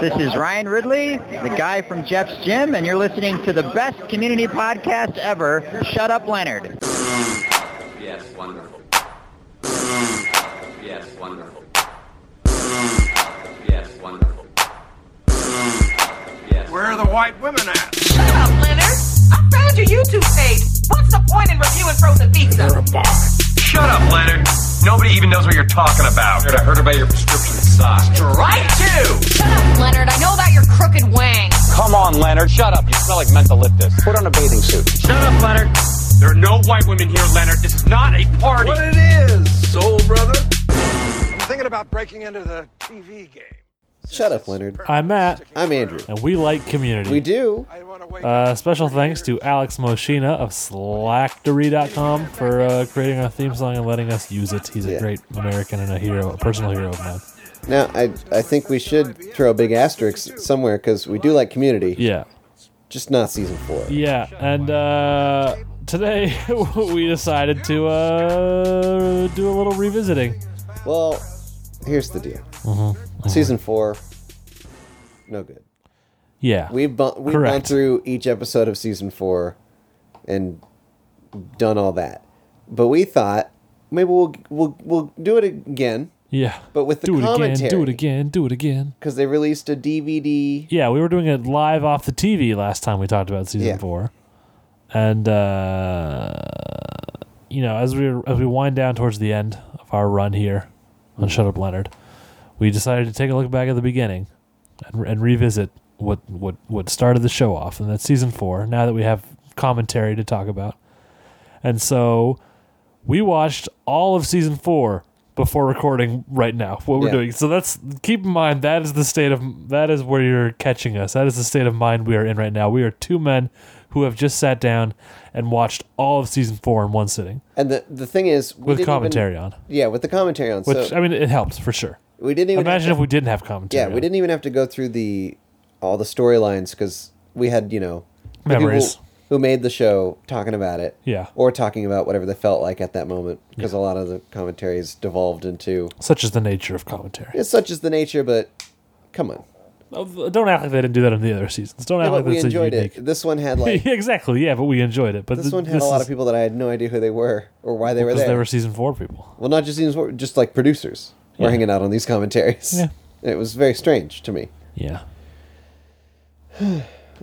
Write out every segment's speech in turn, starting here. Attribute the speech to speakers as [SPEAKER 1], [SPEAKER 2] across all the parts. [SPEAKER 1] This is Ryan Ridley, the guy from Jeff's Gym, and you're listening to the best community podcast ever, Shut Up Leonard.
[SPEAKER 2] Yes, wonderful. Yes, wonderful. Yes, wonderful. Yes.
[SPEAKER 3] Where are the white women at?
[SPEAKER 4] Shut up, Leonard. I found your YouTube page. What's the point in reviewing frozen pizza?
[SPEAKER 5] Shut up, Leonard. Nobody even knows what you're talking about. I heard about your prescription sauce.
[SPEAKER 4] Right to. Shut up, Leonard. I know about your crooked wang.
[SPEAKER 6] Come on, Leonard. Shut up. You smell like mentholyptus. Put on a bathing suit.
[SPEAKER 5] Shut up, Leonard. There are no white women here, Leonard. This is not a party.
[SPEAKER 3] What it is, soul brother? I'm thinking about breaking into the TV game.
[SPEAKER 7] Shut up, Leonard.
[SPEAKER 8] I'm Matt,
[SPEAKER 7] I'm Andrew.
[SPEAKER 8] and we like community.
[SPEAKER 7] We do.
[SPEAKER 3] I want to wake
[SPEAKER 8] Uh, special thanks to Alex Moschina of Slackdory.com for uh, creating our theme song and letting us use it. He's a
[SPEAKER 7] Yeah.
[SPEAKER 8] great American and a hero, a personal hero of mine.
[SPEAKER 7] Now, I I think we should throw a big asterisk somewhere because we do like community,
[SPEAKER 8] Yeah.
[SPEAKER 7] just not season four.
[SPEAKER 8] Yeah. And uh, today we decided to uh, do a little revisiting.
[SPEAKER 7] Well, here's the deal.
[SPEAKER 8] Uh-huh,
[SPEAKER 7] Season four, no good.
[SPEAKER 8] Yeah.
[SPEAKER 7] We've bu- we've gone
[SPEAKER 8] Correct.
[SPEAKER 7] through each episode of season four, and done all that. But we thought maybe we'll we'll we'll do it again.
[SPEAKER 8] yeah.
[SPEAKER 7] But with the
[SPEAKER 8] do it again. Do
[SPEAKER 7] commentary.
[SPEAKER 8] it again. Do it again.
[SPEAKER 7] because they released a DVD.
[SPEAKER 8] Yeah, we were doing it live off the TV last time we talked about season
[SPEAKER 7] Yeah.
[SPEAKER 8] four, and uh, you know, as we as we wind down towards the end of our run here on Shut Up Leonard, we decided to take a look back at the beginning and, and revisit what what what started the show off, and that's season four. Now that we have commentary to talk about, and so we watched all of season four before recording right now what we're
[SPEAKER 7] Yeah.
[SPEAKER 8] doing so that's keep in mind that is the state of that is where you're catching us that is the state of mind we are in right now we are two men who have just sat down and watched all of season four in one sitting
[SPEAKER 7] And the the thing is, we didn't
[SPEAKER 8] with
[SPEAKER 7] even-
[SPEAKER 8] commentary on
[SPEAKER 7] yeah, with the commentary on.
[SPEAKER 8] which
[SPEAKER 7] so
[SPEAKER 8] i mean it helps for sure
[SPEAKER 7] we didn't even have
[SPEAKER 8] imagine
[SPEAKER 7] to-
[SPEAKER 8] if we didn't have commentary
[SPEAKER 7] Yeah, we
[SPEAKER 8] on.
[SPEAKER 7] didn't even have to go through the all the storylines because we had you know the
[SPEAKER 8] Memories.
[SPEAKER 7] people who made the show talking about it.
[SPEAKER 8] Yeah.
[SPEAKER 7] or talking about whatever they felt like at that moment because a lot of the commentaries devolved into
[SPEAKER 8] such is the nature of commentary
[SPEAKER 7] it's such is the nature, but come on,
[SPEAKER 8] don't act like they didn't do that in the other seasons don't act
[SPEAKER 7] but
[SPEAKER 8] like
[SPEAKER 7] we
[SPEAKER 8] that's a
[SPEAKER 7] enjoyed
[SPEAKER 8] unique
[SPEAKER 7] it. This one had like
[SPEAKER 8] Yeah, exactly yeah but we enjoyed it but
[SPEAKER 7] this
[SPEAKER 8] th-
[SPEAKER 7] one had a lot
[SPEAKER 8] is-
[SPEAKER 7] of people that I had no idea who they were or why they were
[SPEAKER 8] because
[SPEAKER 7] there.
[SPEAKER 8] they were season four people
[SPEAKER 7] Well, not just scenes, just like producers were hanging out on these commentaries.
[SPEAKER 8] Yeah.
[SPEAKER 7] It was very strange to me.
[SPEAKER 8] yeah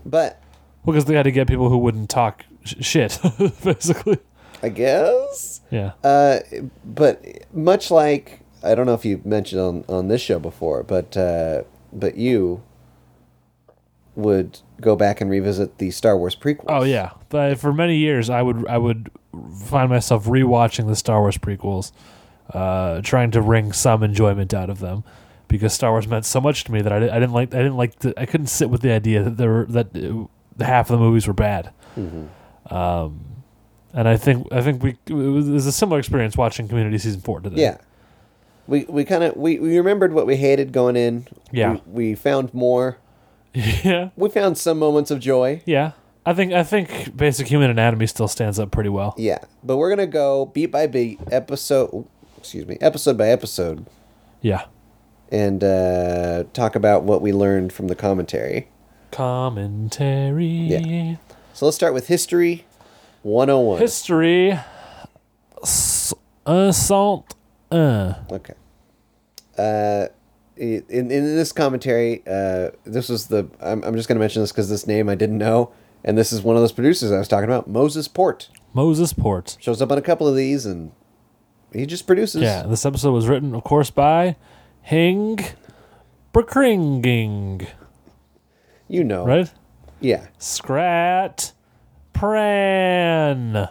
[SPEAKER 7] But
[SPEAKER 8] Well, because they had to get people who wouldn't talk sh- shit, basically.
[SPEAKER 7] I guess.
[SPEAKER 8] Yeah.
[SPEAKER 7] Uh, but much like, I don't know if you mentioned on, on this show before, but, uh, but you would go back and revisit the Star Wars prequels.
[SPEAKER 8] oh yeah. But for many years, I would I would find myself rewatching the Star Wars prequels, uh, trying to wring some enjoyment out of them, because Star Wars meant so much to me that I, di- I didn't like I didn't like the, I couldn't sit with the idea that there were, that uh, half of the movies were bad. Um, and I think I think we it was, it was a similar experience watching Community season four today.
[SPEAKER 7] Yeah. We, we kind of we, we remembered what we hated going in.
[SPEAKER 8] Yeah.
[SPEAKER 7] We, we found more.
[SPEAKER 8] yeah.
[SPEAKER 7] We found some moments of joy.
[SPEAKER 8] Yeah. I think I think basic human anatomy still stands up pretty well.
[SPEAKER 7] Yeah, but we're gonna go beat by beat, episode, excuse me, episode by episode,
[SPEAKER 8] Yeah.
[SPEAKER 7] and uh, talk about what we learned from the commentary.
[SPEAKER 8] commentary
[SPEAKER 7] Yeah. So let's start with history, one hundred and one.
[SPEAKER 8] history S- assault uh
[SPEAKER 7] okay. Uh, i- in in this commentary, uh, this was the I'm I'm just gonna mention this because this name I didn't know, and this is one of those producers I was talking about, Moses Port,
[SPEAKER 8] moses port
[SPEAKER 7] shows up on a couple of these, and he just produces.
[SPEAKER 8] yeah this episode was written of course by hing Brekringing,
[SPEAKER 7] you know,
[SPEAKER 8] right
[SPEAKER 7] Yeah,
[SPEAKER 8] scrat pran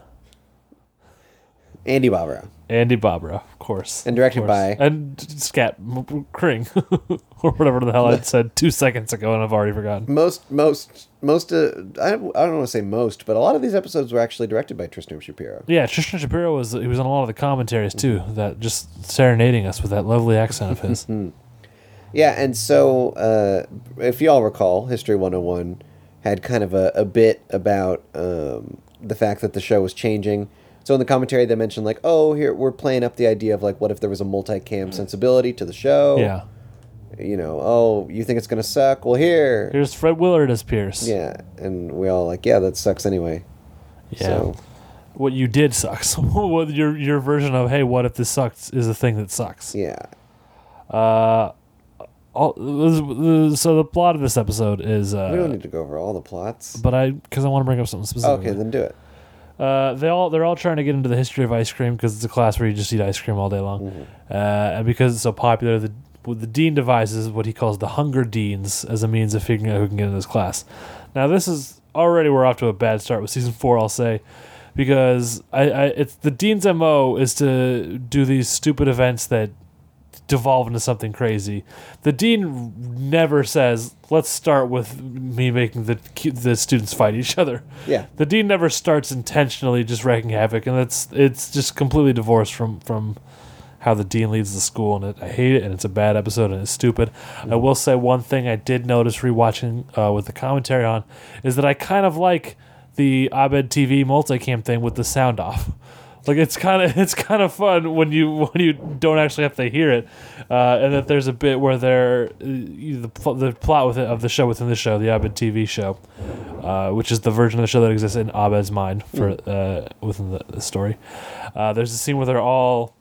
[SPEAKER 7] Andy Barbara.
[SPEAKER 8] andy barbara of course
[SPEAKER 7] And directed
[SPEAKER 8] Of course.
[SPEAKER 7] by-
[SPEAKER 8] and scat M- M- kring or whatever the hell i said two seconds ago and i've already forgotten
[SPEAKER 7] most most most uh, I, I don't want to say most but a lot of these episodes were actually directed by tristan shapiro
[SPEAKER 8] Yeah, Tristan Shapiro was he was on a lot of the commentaries too. That just serenading us with that lovely accent of his.
[SPEAKER 7] Oh. yeah and so uh, if y'all recall history 101 had kind of a, a bit about um, the fact that the show was changing so in the commentary they mentioned like oh here we're playing up the idea of like what if there was a multi-cam sensibility to the show
[SPEAKER 8] Mm. yeah,
[SPEAKER 7] you know, oh, you think it's gonna suck? Well, here,
[SPEAKER 8] Here's Fred Willard as Pierce.
[SPEAKER 7] yeah, and we all like, yeah, that sucks anyway.
[SPEAKER 8] Yeah.
[SPEAKER 7] So
[SPEAKER 8] What you did sucks. what your your version of hey, what if this sucks is the thing that sucks.
[SPEAKER 7] yeah,
[SPEAKER 8] All, this- so the plot of this episode is. Uh,
[SPEAKER 7] we don't need to go over all the plots.
[SPEAKER 8] but I because I want to bring up something specific.
[SPEAKER 7] Okay, then do it.
[SPEAKER 8] Uh, they all they're all trying to get into the history of ice cream because it's a class where you just eat ice cream all day long, uh, and because it's so popular, the what the dean devises what he calls the hunger deans as a means of figuring out who can get into this class. Now this is already we're off to a bad start with season four, I'll say, because I, I it's the dean's mo is to do these stupid events that devolve into something crazy. The dean never says, "Let's start with me making the ki- the students fight each other."
[SPEAKER 7] Yeah.
[SPEAKER 8] the dean never starts intentionally just wrecking havoc, and that's it's just completely divorced from from how the dean leads the school, and it, I hate it, and it's a bad episode, and it's stupid. I will say one thing I did notice rewatching uh, with the commentary on is that I kind of like the Abed TV multicam thing with the sound off. Like it's kind of it's kind of fun when you when you don't actually have to hear it, uh, and that there's a bit where they're uh, the pl- the plot with it, of the show within the show, the Abed TV show, uh, which is the version of the show that exists in Abed's mind for uh, within the, the story. Uh, there's a scene where they're all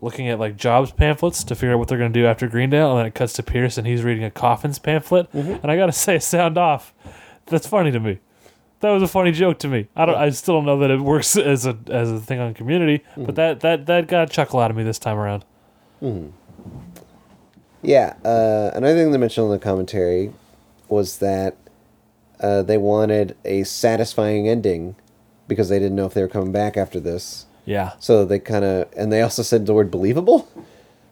[SPEAKER 8] looking at like jobs pamphlets to figure out what they're going to do after Greendale, and then it cuts to Pierce and he's reading a coffins pamphlet. And I gotta say, sound off. That's funny to me. That was a funny joke to me. I don't. I still don't know that it works as a as a thing on Community, but that that that got a chuckle out of me this time around.
[SPEAKER 7] Yeah, uh, another thing they mentioned in the commentary was that uh, they wanted a satisfying ending because they didn't know if they were coming back after this.
[SPEAKER 8] Yeah.
[SPEAKER 7] So they kind of, and they also said the word believable.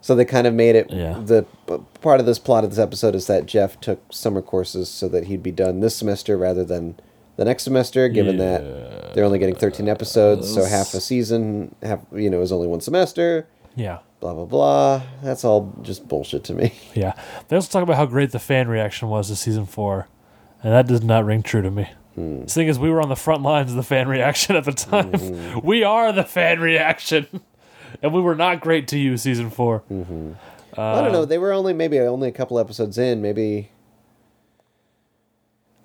[SPEAKER 7] So they kind of made it.
[SPEAKER 8] Yeah.
[SPEAKER 7] The p- part of this plot of this episode is that Jeff took summer courses so that he'd be done this semester rather than the next semester. Given that they're only getting thirteen episodes, so half a season, half you know, is only one semester.
[SPEAKER 8] Yeah.
[SPEAKER 7] Blah blah blah. That's all just bullshit to me.
[SPEAKER 8] Yeah. They also talk about how great the fan reaction was to season four, and that does not ring true to me. The thing is, we were on the front lines of the fan reaction at the time. we are the fan reaction, and we were not great to you, season 4
[SPEAKER 7] I don't
[SPEAKER 8] Um,
[SPEAKER 7] know. They were only maybe only a couple episodes in. Maybe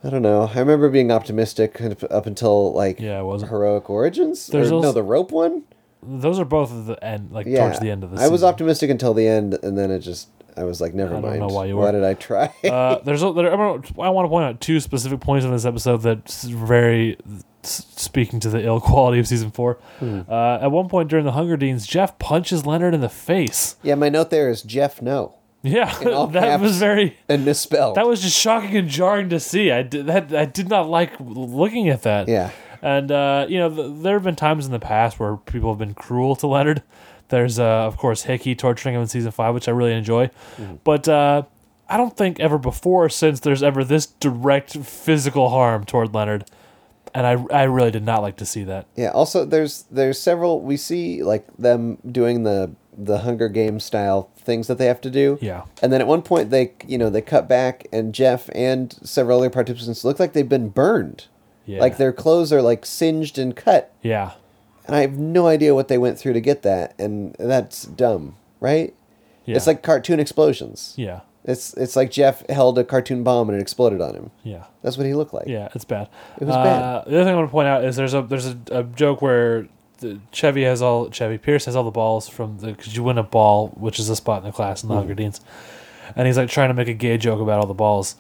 [SPEAKER 7] I don't know. I remember being optimistic up up until like
[SPEAKER 8] Yeah, I wasn't.
[SPEAKER 7] heroic origins. Or,
[SPEAKER 8] There's also-
[SPEAKER 7] no, the rope one.
[SPEAKER 8] Those are both at the end, like
[SPEAKER 7] Yeah,
[SPEAKER 8] towards the end of the
[SPEAKER 7] I was
[SPEAKER 8] season.
[SPEAKER 7] optimistic until the end, and then it just I was like, never
[SPEAKER 8] I don't
[SPEAKER 7] mind.
[SPEAKER 8] know why you were.
[SPEAKER 7] did I try?
[SPEAKER 8] uh, there's a, there, I want to point out two specific points in this episode that's very s- speaking to the ill quality of season four.
[SPEAKER 7] Hmm.
[SPEAKER 8] Uh, at one point during the Hunger Deans, Jeff punches Leonard in the face.
[SPEAKER 7] yeah, my note there is Jeff. No,
[SPEAKER 8] Yeah,
[SPEAKER 7] all
[SPEAKER 8] that
[SPEAKER 7] caps.
[SPEAKER 8] was very.
[SPEAKER 7] and misspelled.
[SPEAKER 8] That was just shocking and jarring to see. I did that. I did not like looking at that.
[SPEAKER 7] Yeah.
[SPEAKER 8] And uh, you know, th- there have been times in the past where people have been cruel to Leonard. There's, uh, of course, Hickey torturing him in season five, which I really enjoy.
[SPEAKER 7] Mm-hmm.
[SPEAKER 8] But uh, I don't think ever before or since there's ever this direct physical harm toward Leonard, and I I really did not like to see that.
[SPEAKER 7] Yeah. Also, there's there's several we see like them doing the the Hunger Games style things that they have to do.
[SPEAKER 8] Yeah.
[SPEAKER 7] And then at one point they you know they cut back and Jeff and several other participants look like they've been burned.
[SPEAKER 8] Yeah.
[SPEAKER 7] Like their clothes are like singed and cut,
[SPEAKER 8] Yeah.
[SPEAKER 7] and I have no idea what they went through to get that, and that's dumb, right?
[SPEAKER 8] Yeah.
[SPEAKER 7] It's like cartoon explosions.
[SPEAKER 8] yeah,
[SPEAKER 7] It's it's like Jeff held a cartoon bomb and it exploded on him.
[SPEAKER 8] yeah.
[SPEAKER 7] That's what he looked like.
[SPEAKER 8] Yeah, it's bad.
[SPEAKER 7] It was
[SPEAKER 8] uh,
[SPEAKER 7] bad.
[SPEAKER 8] The other thing I want to point out is there's a there's a, a joke where the Chevy has all Chevy Pierce has all the balls from the because you win a ball, which is a spot in the class
[SPEAKER 7] Mm.
[SPEAKER 8] in the Hunger Deans, and he's like trying to make a gay joke about all the balls.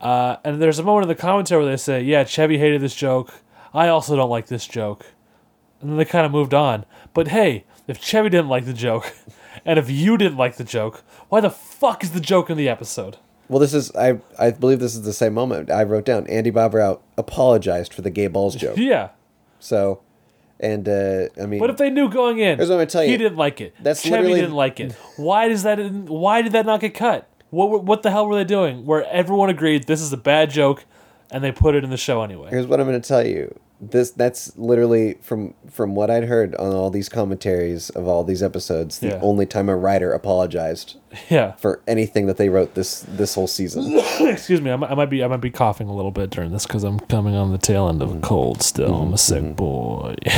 [SPEAKER 8] Uh, and there's a moment in the commentary where they say, "Yeah, Chevy hated this joke. I also don't like this joke." And then they kind of moved on. But hey, if Chevy didn't like the joke, and if you didn't like the joke, why the fuck is the joke in the episode?
[SPEAKER 7] Well, this is I I believe this is the same moment I wrote down. Andy Bobrow apologized for the gay balls joke.
[SPEAKER 8] Yeah.
[SPEAKER 7] So, and uh, I mean,
[SPEAKER 8] But if they knew going in,
[SPEAKER 7] Here's what I'm gonna tell
[SPEAKER 8] he
[SPEAKER 7] you.
[SPEAKER 8] didn't like it.
[SPEAKER 7] That's
[SPEAKER 8] Chevy
[SPEAKER 7] literally-
[SPEAKER 8] didn't like it. Why does that? Why did that not get cut? What were- what the hell were they doing? Where everyone agreed this is a bad joke, and they put it in the show anyway.
[SPEAKER 7] here's what I'm going to tell you. This that's literally from from what I'd heard on all these commentaries of all these episodes. The
[SPEAKER 8] Yeah.
[SPEAKER 7] only time a writer apologized
[SPEAKER 8] Yeah.
[SPEAKER 7] for anything that they wrote this this whole season.
[SPEAKER 8] Excuse me. I might, I might be I might be coughing a little bit during this because I'm coming on the tail end
[SPEAKER 7] Mm-hmm.
[SPEAKER 8] of a cold. Still, I'm a sick boy.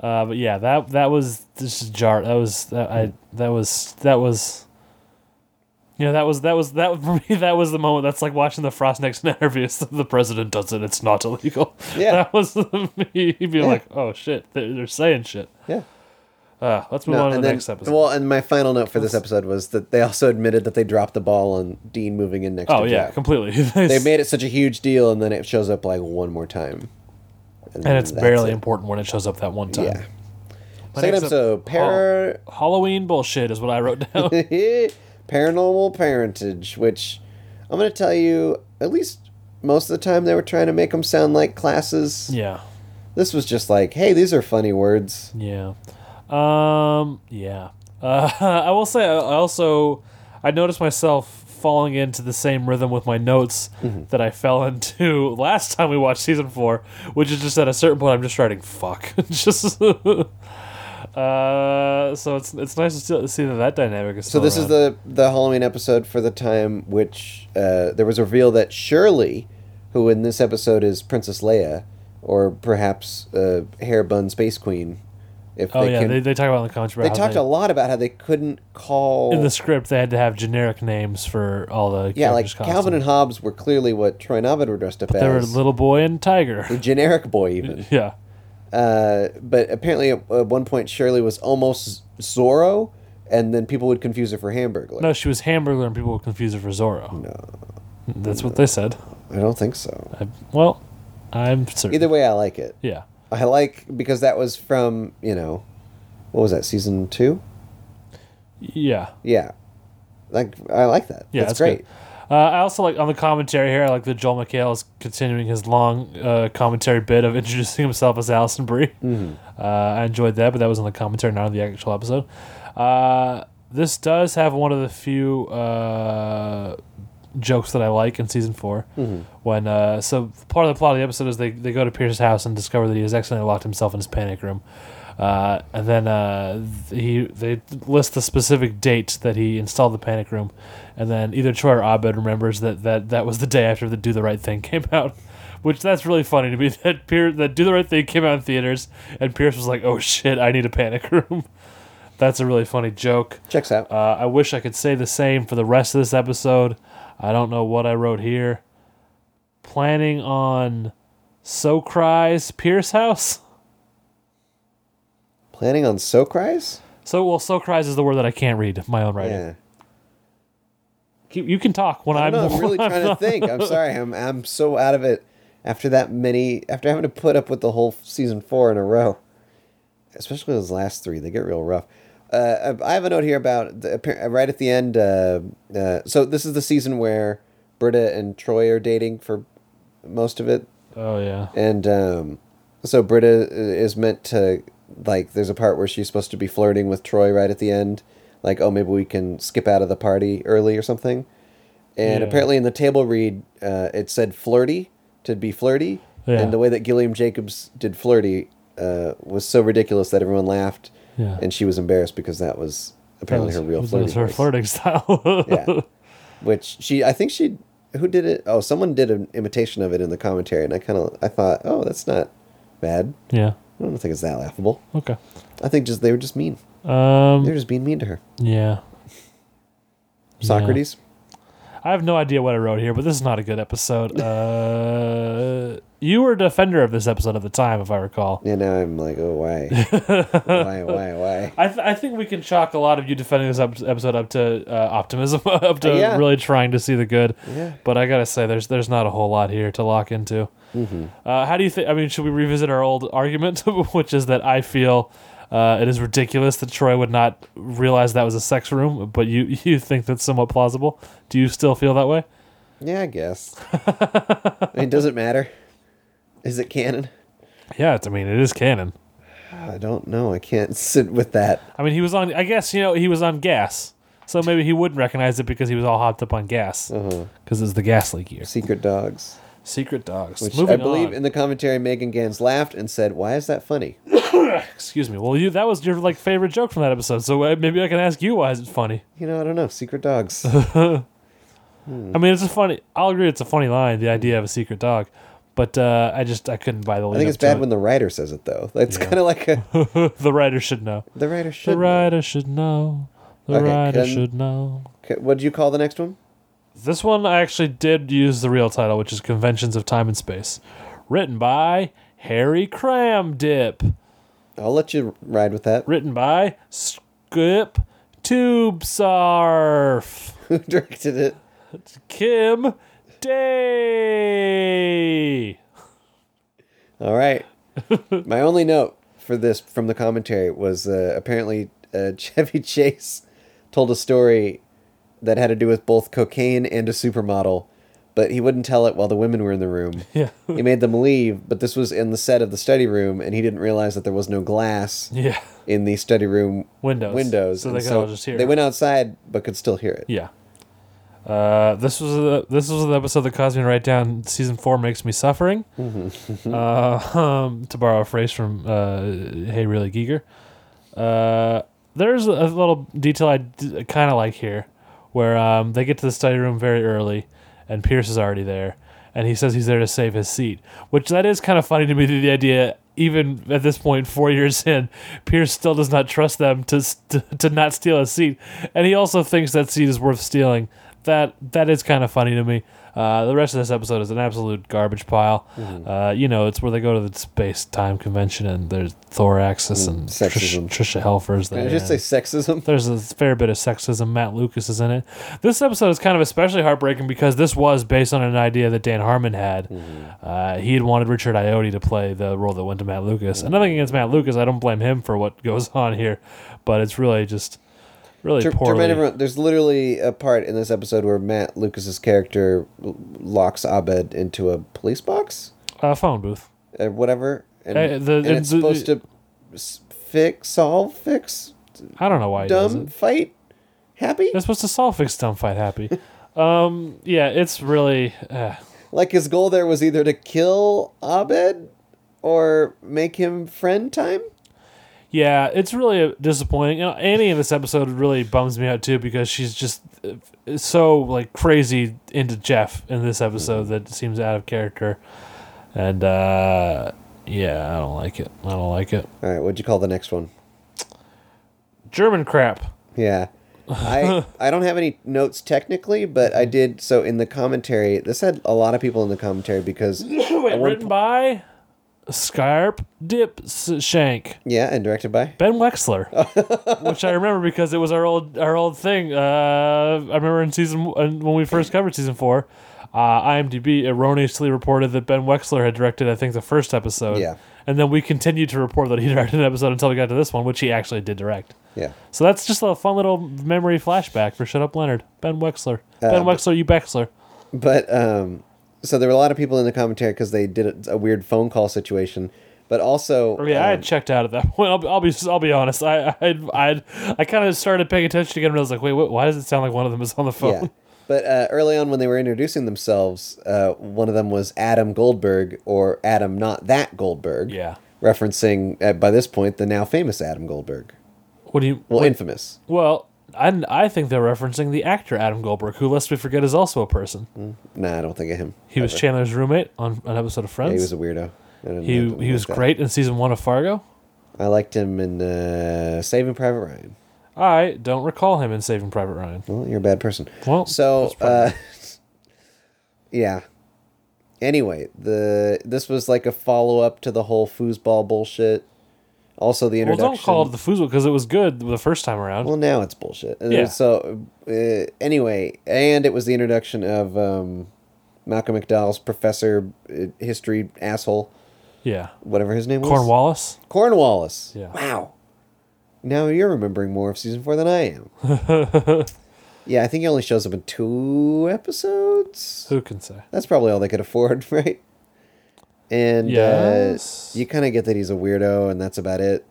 [SPEAKER 8] uh, but yeah, that that was this is jar. That was that I that was that was Yeah, that was that was that for me. That was the moment. That's like watching the Frost Nixon interviews. The president does it. It's not illegal.
[SPEAKER 7] Yeah.
[SPEAKER 8] that was me being like, oh shit, they're, they're saying shit.
[SPEAKER 7] Yeah.
[SPEAKER 8] Uh, let's move
[SPEAKER 7] No,
[SPEAKER 8] on to the
[SPEAKER 7] and then-
[SPEAKER 8] next episode.
[SPEAKER 7] Well, and my final note for this episode was that they also admitted that they dropped the ball on Dean moving in next
[SPEAKER 8] oh
[SPEAKER 7] to
[SPEAKER 8] yeah,
[SPEAKER 7] Jack.
[SPEAKER 8] completely.
[SPEAKER 7] They made it such a huge deal, and then it shows up like one more time. then
[SPEAKER 8] and it's
[SPEAKER 7] that's
[SPEAKER 8] barely
[SPEAKER 7] it.
[SPEAKER 8] important when it shows up that one time.
[SPEAKER 7] Yeah.
[SPEAKER 8] My
[SPEAKER 7] Second
[SPEAKER 8] next
[SPEAKER 7] episode, para-
[SPEAKER 8] ep- Halloween bullshit is what I wrote down.
[SPEAKER 7] paranormal parentage, which I'm going to tell you, at least most of the time they were trying to make them sound like classes.
[SPEAKER 8] yeah,
[SPEAKER 7] This was just like, hey, these are funny words.
[SPEAKER 8] yeah, um, yeah. Uh, I will say, I I also I noticed myself falling into the same rhythm with my notes
[SPEAKER 7] Mm-hmm.
[SPEAKER 8] that I fell into last time we watched season four, which is just at a certain point I'm just writing fuck. just uh, so it's it's nice to still- see that that dynamic is.
[SPEAKER 7] So this is the the Halloween episode for the time which uh, there was a reveal that Shirley, who in this episode is Princess Leia, or perhaps uh, Hair Bun Space Queen, if
[SPEAKER 8] Oh
[SPEAKER 7] they
[SPEAKER 8] yeah,
[SPEAKER 7] can.
[SPEAKER 8] they,
[SPEAKER 7] They,
[SPEAKER 8] they talk about in the contract. how
[SPEAKER 7] talked
[SPEAKER 8] they-
[SPEAKER 7] a lot about how they couldn't call.
[SPEAKER 8] in the script they had to have generic names for all the
[SPEAKER 7] yeah, like
[SPEAKER 8] characters'
[SPEAKER 7] Calvin and
[SPEAKER 8] costumes.
[SPEAKER 7] Hobbes were clearly what Troy and Ovid were dressed up
[SPEAKER 8] they were
[SPEAKER 7] as.
[SPEAKER 8] little boy and tiger.
[SPEAKER 7] generic boy even.
[SPEAKER 8] yeah,
[SPEAKER 7] Uh, but apparently at, at one point Shirley was almost Zorro, and then people would confuse her for Hamburglar.
[SPEAKER 8] no, she was Hamburger, and people would confuse her for Zorro. No, that's what they said.
[SPEAKER 7] I don't think so.
[SPEAKER 8] I, well, I'm certain.
[SPEAKER 7] Either way, I like it.
[SPEAKER 8] yeah,
[SPEAKER 7] I like because that was from you know, what was that season two?
[SPEAKER 8] yeah,
[SPEAKER 7] Yeah, like I like that.
[SPEAKER 8] yeah.
[SPEAKER 7] that's
[SPEAKER 8] it's
[SPEAKER 7] great.
[SPEAKER 8] Good. Uh, I also like on the commentary here. I like that Joel McHale is continuing his long uh, commentary bit of introducing himself as Allison Brie.
[SPEAKER 7] Mm-hmm.
[SPEAKER 8] Uh, I enjoyed that, but that was in the commentary, not on the actual episode. Uh, this does have one of the few uh, jokes that I like in season 4
[SPEAKER 7] Mm-hmm.
[SPEAKER 8] When uh, so part of the plot of the episode is they, they go to Pierce's house and discover that he has accidentally locked himself in his panic room, uh, and then uh, th- he they list the specific date that he installed the panic room, and then either Troy or Abed remembers that that, that was the day after the Do the Right Thing came out. Which that's really funny to me that Pierce that Do the Right Thing came out in theaters and Pierce was like, "Oh shit, I need a panic room." that's a really funny joke.
[SPEAKER 7] Checks out.
[SPEAKER 8] Uh, I wish I could say the same for the rest of this episode. I don't know what I wrote here. Planning on So Cries Pierce House?
[SPEAKER 7] Planning on Socrise?
[SPEAKER 8] So, well, So Cries is the word that I can't read, my own writing.
[SPEAKER 7] Yeah.
[SPEAKER 8] Keep- You can talk when
[SPEAKER 7] I
[SPEAKER 8] I'm.
[SPEAKER 7] don't know. I'm really trying to think. I'm sorry. I'm I'm so out of it after that many after having to put up with the whole season four in a row, especially those last three. They get real rough. Uh, I I have a note here about the, appar- right at the end. Uh, uh, so this is the season where Britta and Troy are dating for most of it.
[SPEAKER 8] oh, yeah.
[SPEAKER 7] And um, so Britta is meant to like. There's a part where she's supposed to be flirting with Troy right at the end, like, oh, maybe we can skip out of the party early or something. And
[SPEAKER 8] Yeah.
[SPEAKER 7] apparently, in the table read, uh, it said flirty to be flirty,
[SPEAKER 8] Yeah.
[SPEAKER 7] and the way that Gilliam Jacobs did flirty uh, was so ridiculous that everyone laughed,
[SPEAKER 8] Yeah.
[SPEAKER 7] and she was embarrassed because that was apparently her real
[SPEAKER 8] That
[SPEAKER 7] flirting.
[SPEAKER 8] was her
[SPEAKER 7] voice.
[SPEAKER 8] flirting style.
[SPEAKER 7] yeah, which she, I think she, who did it? Oh, someone did an imitation of it in the commentary, and I kind of, I thought, oh, that's not bad.
[SPEAKER 8] yeah.
[SPEAKER 7] I don't think it's that laughable.
[SPEAKER 8] Okay.
[SPEAKER 7] I think just they were just mean.
[SPEAKER 8] Um,
[SPEAKER 7] They were just being mean to her.
[SPEAKER 8] yeah.
[SPEAKER 7] Socrates.
[SPEAKER 8] I have no idea what I wrote here, but this is not a good episode. Uh, you were a defender of this episode at the time, if I recall.
[SPEAKER 7] Yeah, now I'm like, oh, why, why, why, why?
[SPEAKER 8] I, th- I think we can chalk a lot of you defending this ep- episode up to uh, optimism, up to
[SPEAKER 7] Yeah.
[SPEAKER 8] really trying to see the good.
[SPEAKER 7] Yeah.
[SPEAKER 8] But I gotta say, there's there's not a whole lot here to lock into.
[SPEAKER 7] Mm-hmm.
[SPEAKER 8] Uh, how do you think? I mean, should we revisit our old argument, which is that I feel uh, it is ridiculous that Troy would not realize that was a sex room, but you you think that's somewhat plausible? Do you still feel that way?
[SPEAKER 7] Yeah, I guess. I mean, does it matter? Is it canon?
[SPEAKER 8] Yeah, it's, I mean, it is canon.
[SPEAKER 7] I don't know. I can't sit with that.
[SPEAKER 8] I mean, he was on. I guess you know he was on gas, so maybe he wouldn't recognize it because he was all hopped up on gas because
[SPEAKER 7] Uh-huh.
[SPEAKER 8] it's the gas leak year.
[SPEAKER 7] Secret dogs,
[SPEAKER 8] Secret dogs.
[SPEAKER 7] which
[SPEAKER 8] Moving
[SPEAKER 7] I believe
[SPEAKER 8] on.
[SPEAKER 7] in the commentary, Megan Gans laughed and said, "Why is that funny?"
[SPEAKER 8] Excuse me. Well, you that was your like favorite joke from that episode, so uh, maybe I can ask you why is it funny?
[SPEAKER 7] You know, I don't know. Secret dogs.
[SPEAKER 8] I mean, it's a funny. I'll agree, it's a funny line. The idea of a secret dog, but uh, I just I couldn't buy the.
[SPEAKER 7] I think it's bad when the writer says it though. It's kind of like a,
[SPEAKER 8] the writer should know.
[SPEAKER 7] the writer should.
[SPEAKER 8] The writer should know. The
[SPEAKER 7] Okay,
[SPEAKER 8] writer
[SPEAKER 7] can-
[SPEAKER 8] should know.
[SPEAKER 7] Okay, what'd you call the next one?
[SPEAKER 8] This one I actually did use the real title, which is Conventions of Time and Space, written by Harry Cramdip,
[SPEAKER 7] I'll let you ride with that.
[SPEAKER 8] written by Skip Tubesarf,
[SPEAKER 7] Who directed it?
[SPEAKER 8] Kim Day.
[SPEAKER 7] All right. My only note for this from the commentary was uh, apparently uh, Chevy Chase told a story that had to do with both cocaine and a supermodel, but he wouldn't tell it while the women were in the room.
[SPEAKER 8] Yeah.
[SPEAKER 7] he made them leave, but this was in the set of the study room, and he didn't realize that there was no glass
[SPEAKER 8] Yeah.
[SPEAKER 7] in the study room
[SPEAKER 8] Windows.
[SPEAKER 7] windows.
[SPEAKER 8] So they
[SPEAKER 7] and
[SPEAKER 8] could all just hear
[SPEAKER 7] They
[SPEAKER 8] it.
[SPEAKER 7] went outside, but could still hear it.
[SPEAKER 8] Yeah. Uh, this was the this was the episode that caused me to write down season four makes me suffering.
[SPEAKER 7] Mm-hmm.
[SPEAKER 8] uh, um, to borrow a phrase from uh, Hey Really Giger. Uh, there's a little detail I kind of like here, where um, they get to the study room very early, and Pierce is already there, and he says he's there to save his seat, which that is kind of funny to me. The idea, even at this point, four years in, Pierce still does not trust them to s- to, to not steal his seat, and he also thinks that seat is worth stealing. That that is kind of funny to me. Uh, the rest of this episode is an absolute garbage pile. Uh, you know, it's where they go to the space time convention and there's thoraxis and Trish,
[SPEAKER 7] sexism.
[SPEAKER 8] Trisha Helfer's there.
[SPEAKER 7] Did I just say sexism?
[SPEAKER 8] There's a fair bit of sexism. Matt Lucas is in it. This episode is kind of especially heartbreaking because this was based on an idea that Dan Harmon had.
[SPEAKER 7] Mm-hmm.
[SPEAKER 8] Uh, he had wanted Richard Iotti to play the role that went to Matt Lucas.
[SPEAKER 7] Mm-hmm.
[SPEAKER 8] And nothing against Matt Lucas. I don't blame him for what goes on here, but it's really just really
[SPEAKER 7] To, to
[SPEAKER 8] poorly.
[SPEAKER 7] remind everyone, there's literally a part in this episode where Matt Lucas's character l- locks Abed into a police box
[SPEAKER 8] uh, phone booth.
[SPEAKER 7] or whatever, and,
[SPEAKER 8] Uh, the-
[SPEAKER 7] and
[SPEAKER 8] the-
[SPEAKER 7] it's
[SPEAKER 8] the-
[SPEAKER 7] supposed to s- fix, solve, fix,
[SPEAKER 8] I don't know why he does
[SPEAKER 7] dumb
[SPEAKER 8] it.
[SPEAKER 7] fight, happy.
[SPEAKER 8] They're supposed to solve fix dumb fight happy. um, yeah, it's really. Uh,
[SPEAKER 7] Like his goal there was either to kill Abed or make him friend time.
[SPEAKER 8] Yeah, it's really disappointing. And Annie in this episode really bums me out too because she's just uh, so like crazy into Jeff in this episode that seems out of character. And uh yeah, I don't like it. I don't like it.
[SPEAKER 7] All right, what'd you call the next one?
[SPEAKER 8] German crap.
[SPEAKER 7] Yeah. I I don't have any notes technically, but I did so in the commentary. This had a lot of people in the commentary because at one
[SPEAKER 8] Written by Scarp Dip Shank.
[SPEAKER 7] Yeah, and directed by.
[SPEAKER 8] Ben Wexler, which I remember because it was our old our old thing. Uh, I remember in season uh, when we first covered season four, uh, IMDb erroneously reported that Ben Wexler had directed I think the first episode.
[SPEAKER 7] Yeah.
[SPEAKER 8] and then we continued to report that he directed an episode until we got to this one, which he actually did direct.
[SPEAKER 7] Yeah.
[SPEAKER 8] So that's just a fun little memory flashback for Shut Up Leonard, Ben Wexler,
[SPEAKER 7] Um,
[SPEAKER 8] Ben Wexler, you Bexler.
[SPEAKER 7] But um so there were a lot of people in the commentary cuz they did a, a weird phone call situation, but also
[SPEAKER 8] Oh, Yeah, I
[SPEAKER 7] um,
[SPEAKER 8] had checked out at that point. I'll, be- I'll be I'll be honest. I I I, I kind of started paying attention again, and I was like, wait, what, why does it sound like one of them is on the phone?
[SPEAKER 7] yeah. But uh, early on, when they were introducing themselves, uh, one of them was Adam Goldberg or Adam not that Goldberg.
[SPEAKER 8] Yeah.
[SPEAKER 7] Referencing, uh, by this point, the now famous Adam Goldberg.
[SPEAKER 8] What do you?
[SPEAKER 7] Well,
[SPEAKER 8] what-
[SPEAKER 7] infamous.
[SPEAKER 8] well, I I think they're referencing the actor Adam Goldberg, who, lest we forget, is also a person.
[SPEAKER 7] Nah, I don't think of him.
[SPEAKER 8] He was Chandler's roommate on an episode of
[SPEAKER 7] Yeah,
[SPEAKER 8] Friends.
[SPEAKER 7] he was a weirdo. I didn't
[SPEAKER 8] he,
[SPEAKER 7] know-
[SPEAKER 8] he was
[SPEAKER 7] like that.
[SPEAKER 8] great in season one of Fargo.
[SPEAKER 7] I liked him in uh, Saving Private Ryan.
[SPEAKER 8] I don't recall him in Saving Private Ryan.
[SPEAKER 7] Well, you're a bad person.
[SPEAKER 8] Well,
[SPEAKER 7] so
[SPEAKER 8] that's
[SPEAKER 7] uh,
[SPEAKER 8] probably-
[SPEAKER 7] yeah. Anyway, the this was like a follow up to the whole foosball bullshit. Also, the
[SPEAKER 8] Well,
[SPEAKER 7] introduction.
[SPEAKER 8] don't call it the foosball because it was good the first time around.
[SPEAKER 7] Well, now it's bullshit. And
[SPEAKER 8] Yeah.
[SPEAKER 7] So uh, anyway, and it was the introduction of um, Malcolm McDowell's professor, uh, history asshole,
[SPEAKER 8] yeah,
[SPEAKER 7] whatever his name was.
[SPEAKER 8] Cornwallis.
[SPEAKER 7] Cornwallis.
[SPEAKER 8] Yeah.
[SPEAKER 7] Wow. Now you're remembering more of season four than I am. yeah, I think he only shows up in two episodes.
[SPEAKER 8] Who can say?
[SPEAKER 7] That's probably all they could afford, right? And
[SPEAKER 8] Yes.
[SPEAKER 7] uh, you kind of get that he's a weirdo, and that's about it.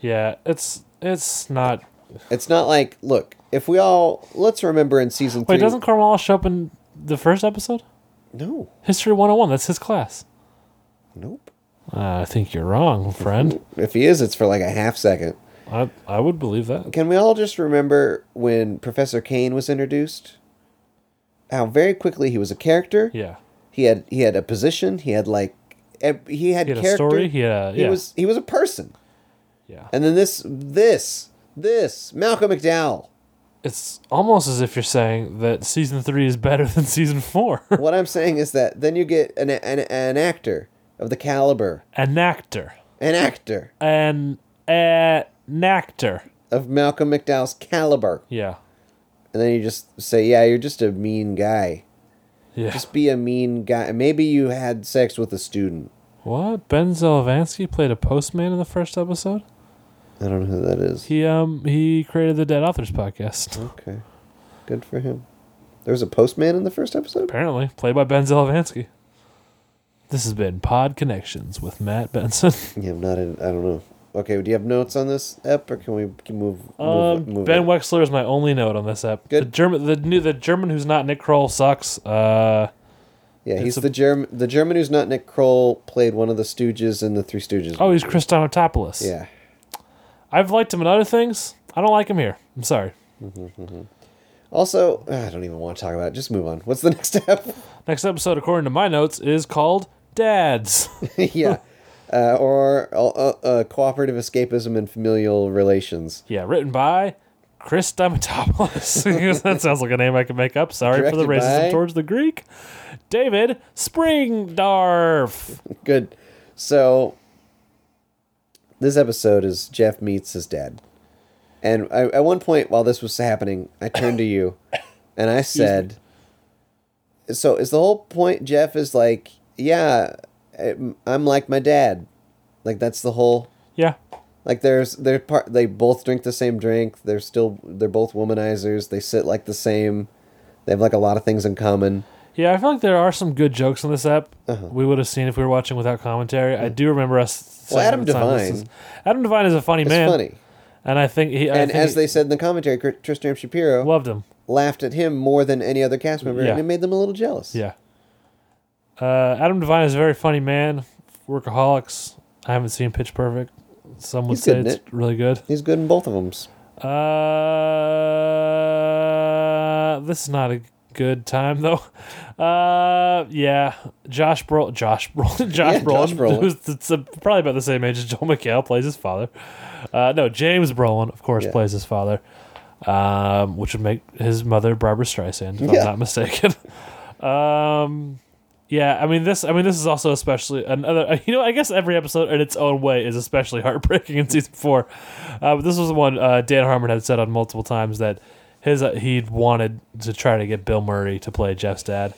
[SPEAKER 8] Yeah, it's it's not.
[SPEAKER 7] It's not like, look, if we all let's remember in season
[SPEAKER 8] Wait,
[SPEAKER 7] three.
[SPEAKER 8] doesn't Cornwallis show up in the first episode?
[SPEAKER 7] no,
[SPEAKER 8] History 101, that's his class.
[SPEAKER 7] nope.
[SPEAKER 8] Uh, I think you're wrong, friend.
[SPEAKER 7] If he is, it's for like a half second.
[SPEAKER 8] I, I would believe that.
[SPEAKER 7] Can we all just remember when Professor Kane was introduced? How very quickly he was a character.
[SPEAKER 8] Yeah.
[SPEAKER 7] He had he had a position. He had like ev- he had,
[SPEAKER 8] He had a
[SPEAKER 7] character.
[SPEAKER 8] story, he had a- yeah.
[SPEAKER 7] was he was a person.
[SPEAKER 8] Yeah.
[SPEAKER 7] And then this this this Malcolm McDowell.
[SPEAKER 8] it's almost as if you're saying that season three is better than season four.
[SPEAKER 7] What I'm saying is that then you get an an, an actor of the caliber,
[SPEAKER 8] an actor,
[SPEAKER 7] an actor
[SPEAKER 8] an an actor.
[SPEAKER 7] of Malcolm McDowell's caliber,
[SPEAKER 8] Yeah,
[SPEAKER 7] and then you just say, "Yeah, you're just a mean guy.
[SPEAKER 8] yeah.
[SPEAKER 7] Just be a mean guy. Maybe you had sex with a student.
[SPEAKER 8] what? Ben Zelavansky played a postman in the first episode.
[SPEAKER 7] I don't know who that is.
[SPEAKER 8] He um he created the Dead Authors podcast.
[SPEAKER 7] Okay, good for him. There was a postman in the first episode.
[SPEAKER 8] Apparently, played by Ben Zelavansky. This has been Pod Connections with Matt Benson.
[SPEAKER 7] Yeah, I'm not. In, I don't know. Okay, do you have notes on this ep, or can we can move? move,
[SPEAKER 8] Um,
[SPEAKER 7] move
[SPEAKER 8] ben
[SPEAKER 7] it?
[SPEAKER 8] Wexler is my only note on this app. The
[SPEAKER 7] Good.
[SPEAKER 8] German, the new, the German who's not Nick Kroll sucks. Uh,
[SPEAKER 7] Yeah, he's
[SPEAKER 8] a-
[SPEAKER 7] the German. The German who's not Nick Kroll played one of the Stooges in the Three Stooges.
[SPEAKER 8] oh, he's Chris Christomatopoulos.
[SPEAKER 7] yeah.
[SPEAKER 8] I've liked him in other things. I don't like him here. I'm sorry.
[SPEAKER 7] Also, ah, I don't even want to talk about it. Just move on. What's the next step?
[SPEAKER 8] Next episode, according to my notes, is called Dads.
[SPEAKER 7] yeah, uh, or uh, uh, cooperative escapism and familial relations.
[SPEAKER 8] yeah, written by Chris Christomatopoulos. that sounds like a name I could make up. Sorry for the
[SPEAKER 7] Directed
[SPEAKER 8] racism
[SPEAKER 7] by-
[SPEAKER 8] towards the Greek. David Springdorf.
[SPEAKER 7] Good. So, this episode is Jeff meets his dad, and I, at one point while this was happening, I turned to you, and I said, "So is the whole point? Jeff is like, yeah, I'm- I'm like my dad, like that's the whole."
[SPEAKER 8] Yeah,
[SPEAKER 7] Like there's they're part they both drink the same drink. They're still they're both womanizers. They sit like the same. They have like a lot of things in common.
[SPEAKER 8] Yeah, I feel like there are some good jokes on this app
[SPEAKER 7] Uh-huh.
[SPEAKER 8] we would have seen if we were watching without commentary. I do remember us.
[SPEAKER 7] Well,
[SPEAKER 8] saying
[SPEAKER 7] Adam
[SPEAKER 8] at the time, this
[SPEAKER 7] Devine-
[SPEAKER 8] is- Adam Devine is a funny
[SPEAKER 7] It's
[SPEAKER 8] man.
[SPEAKER 7] funny.
[SPEAKER 8] and I think he. I
[SPEAKER 7] And
[SPEAKER 8] think
[SPEAKER 7] as
[SPEAKER 8] he
[SPEAKER 7] they said in the commentary, Cr- Tristram Shapiro
[SPEAKER 8] loved him.
[SPEAKER 7] laughed at him more than any other cast member,
[SPEAKER 8] Yeah.
[SPEAKER 7] and it made them a little jealous.
[SPEAKER 8] Yeah. Uh, Adam Devine is a very funny man. Workaholics. I haven't seen Pitch Perfect. Some would
[SPEAKER 7] He's
[SPEAKER 8] say
[SPEAKER 7] good in
[SPEAKER 8] it's
[SPEAKER 7] it.
[SPEAKER 8] really good.
[SPEAKER 7] he's good in both of them.
[SPEAKER 8] Uh, this is not a good time though. Uh, yeah, Josh Brol, Josh Brolin, Josh
[SPEAKER 7] Yeah,
[SPEAKER 8] Brolin,
[SPEAKER 7] Josh Brolin.
[SPEAKER 8] who's it's, uh, probably about the same age as Joel McHale, plays his father. Uh, no, James Brolin, of course,
[SPEAKER 7] Yeah.
[SPEAKER 8] plays his father, um, which would make his mother Barbara Streisand, if
[SPEAKER 7] Yeah.
[SPEAKER 8] I'm not mistaken. um, yeah, I mean this. I mean this is also especially another. You know, I guess every episode in its own way is especially heartbreaking in season four. Uh, but this was the one uh, Dan Harmon had said on multiple times that his uh, he'd wanted to try to get Bill Murray to play Jeff's dad,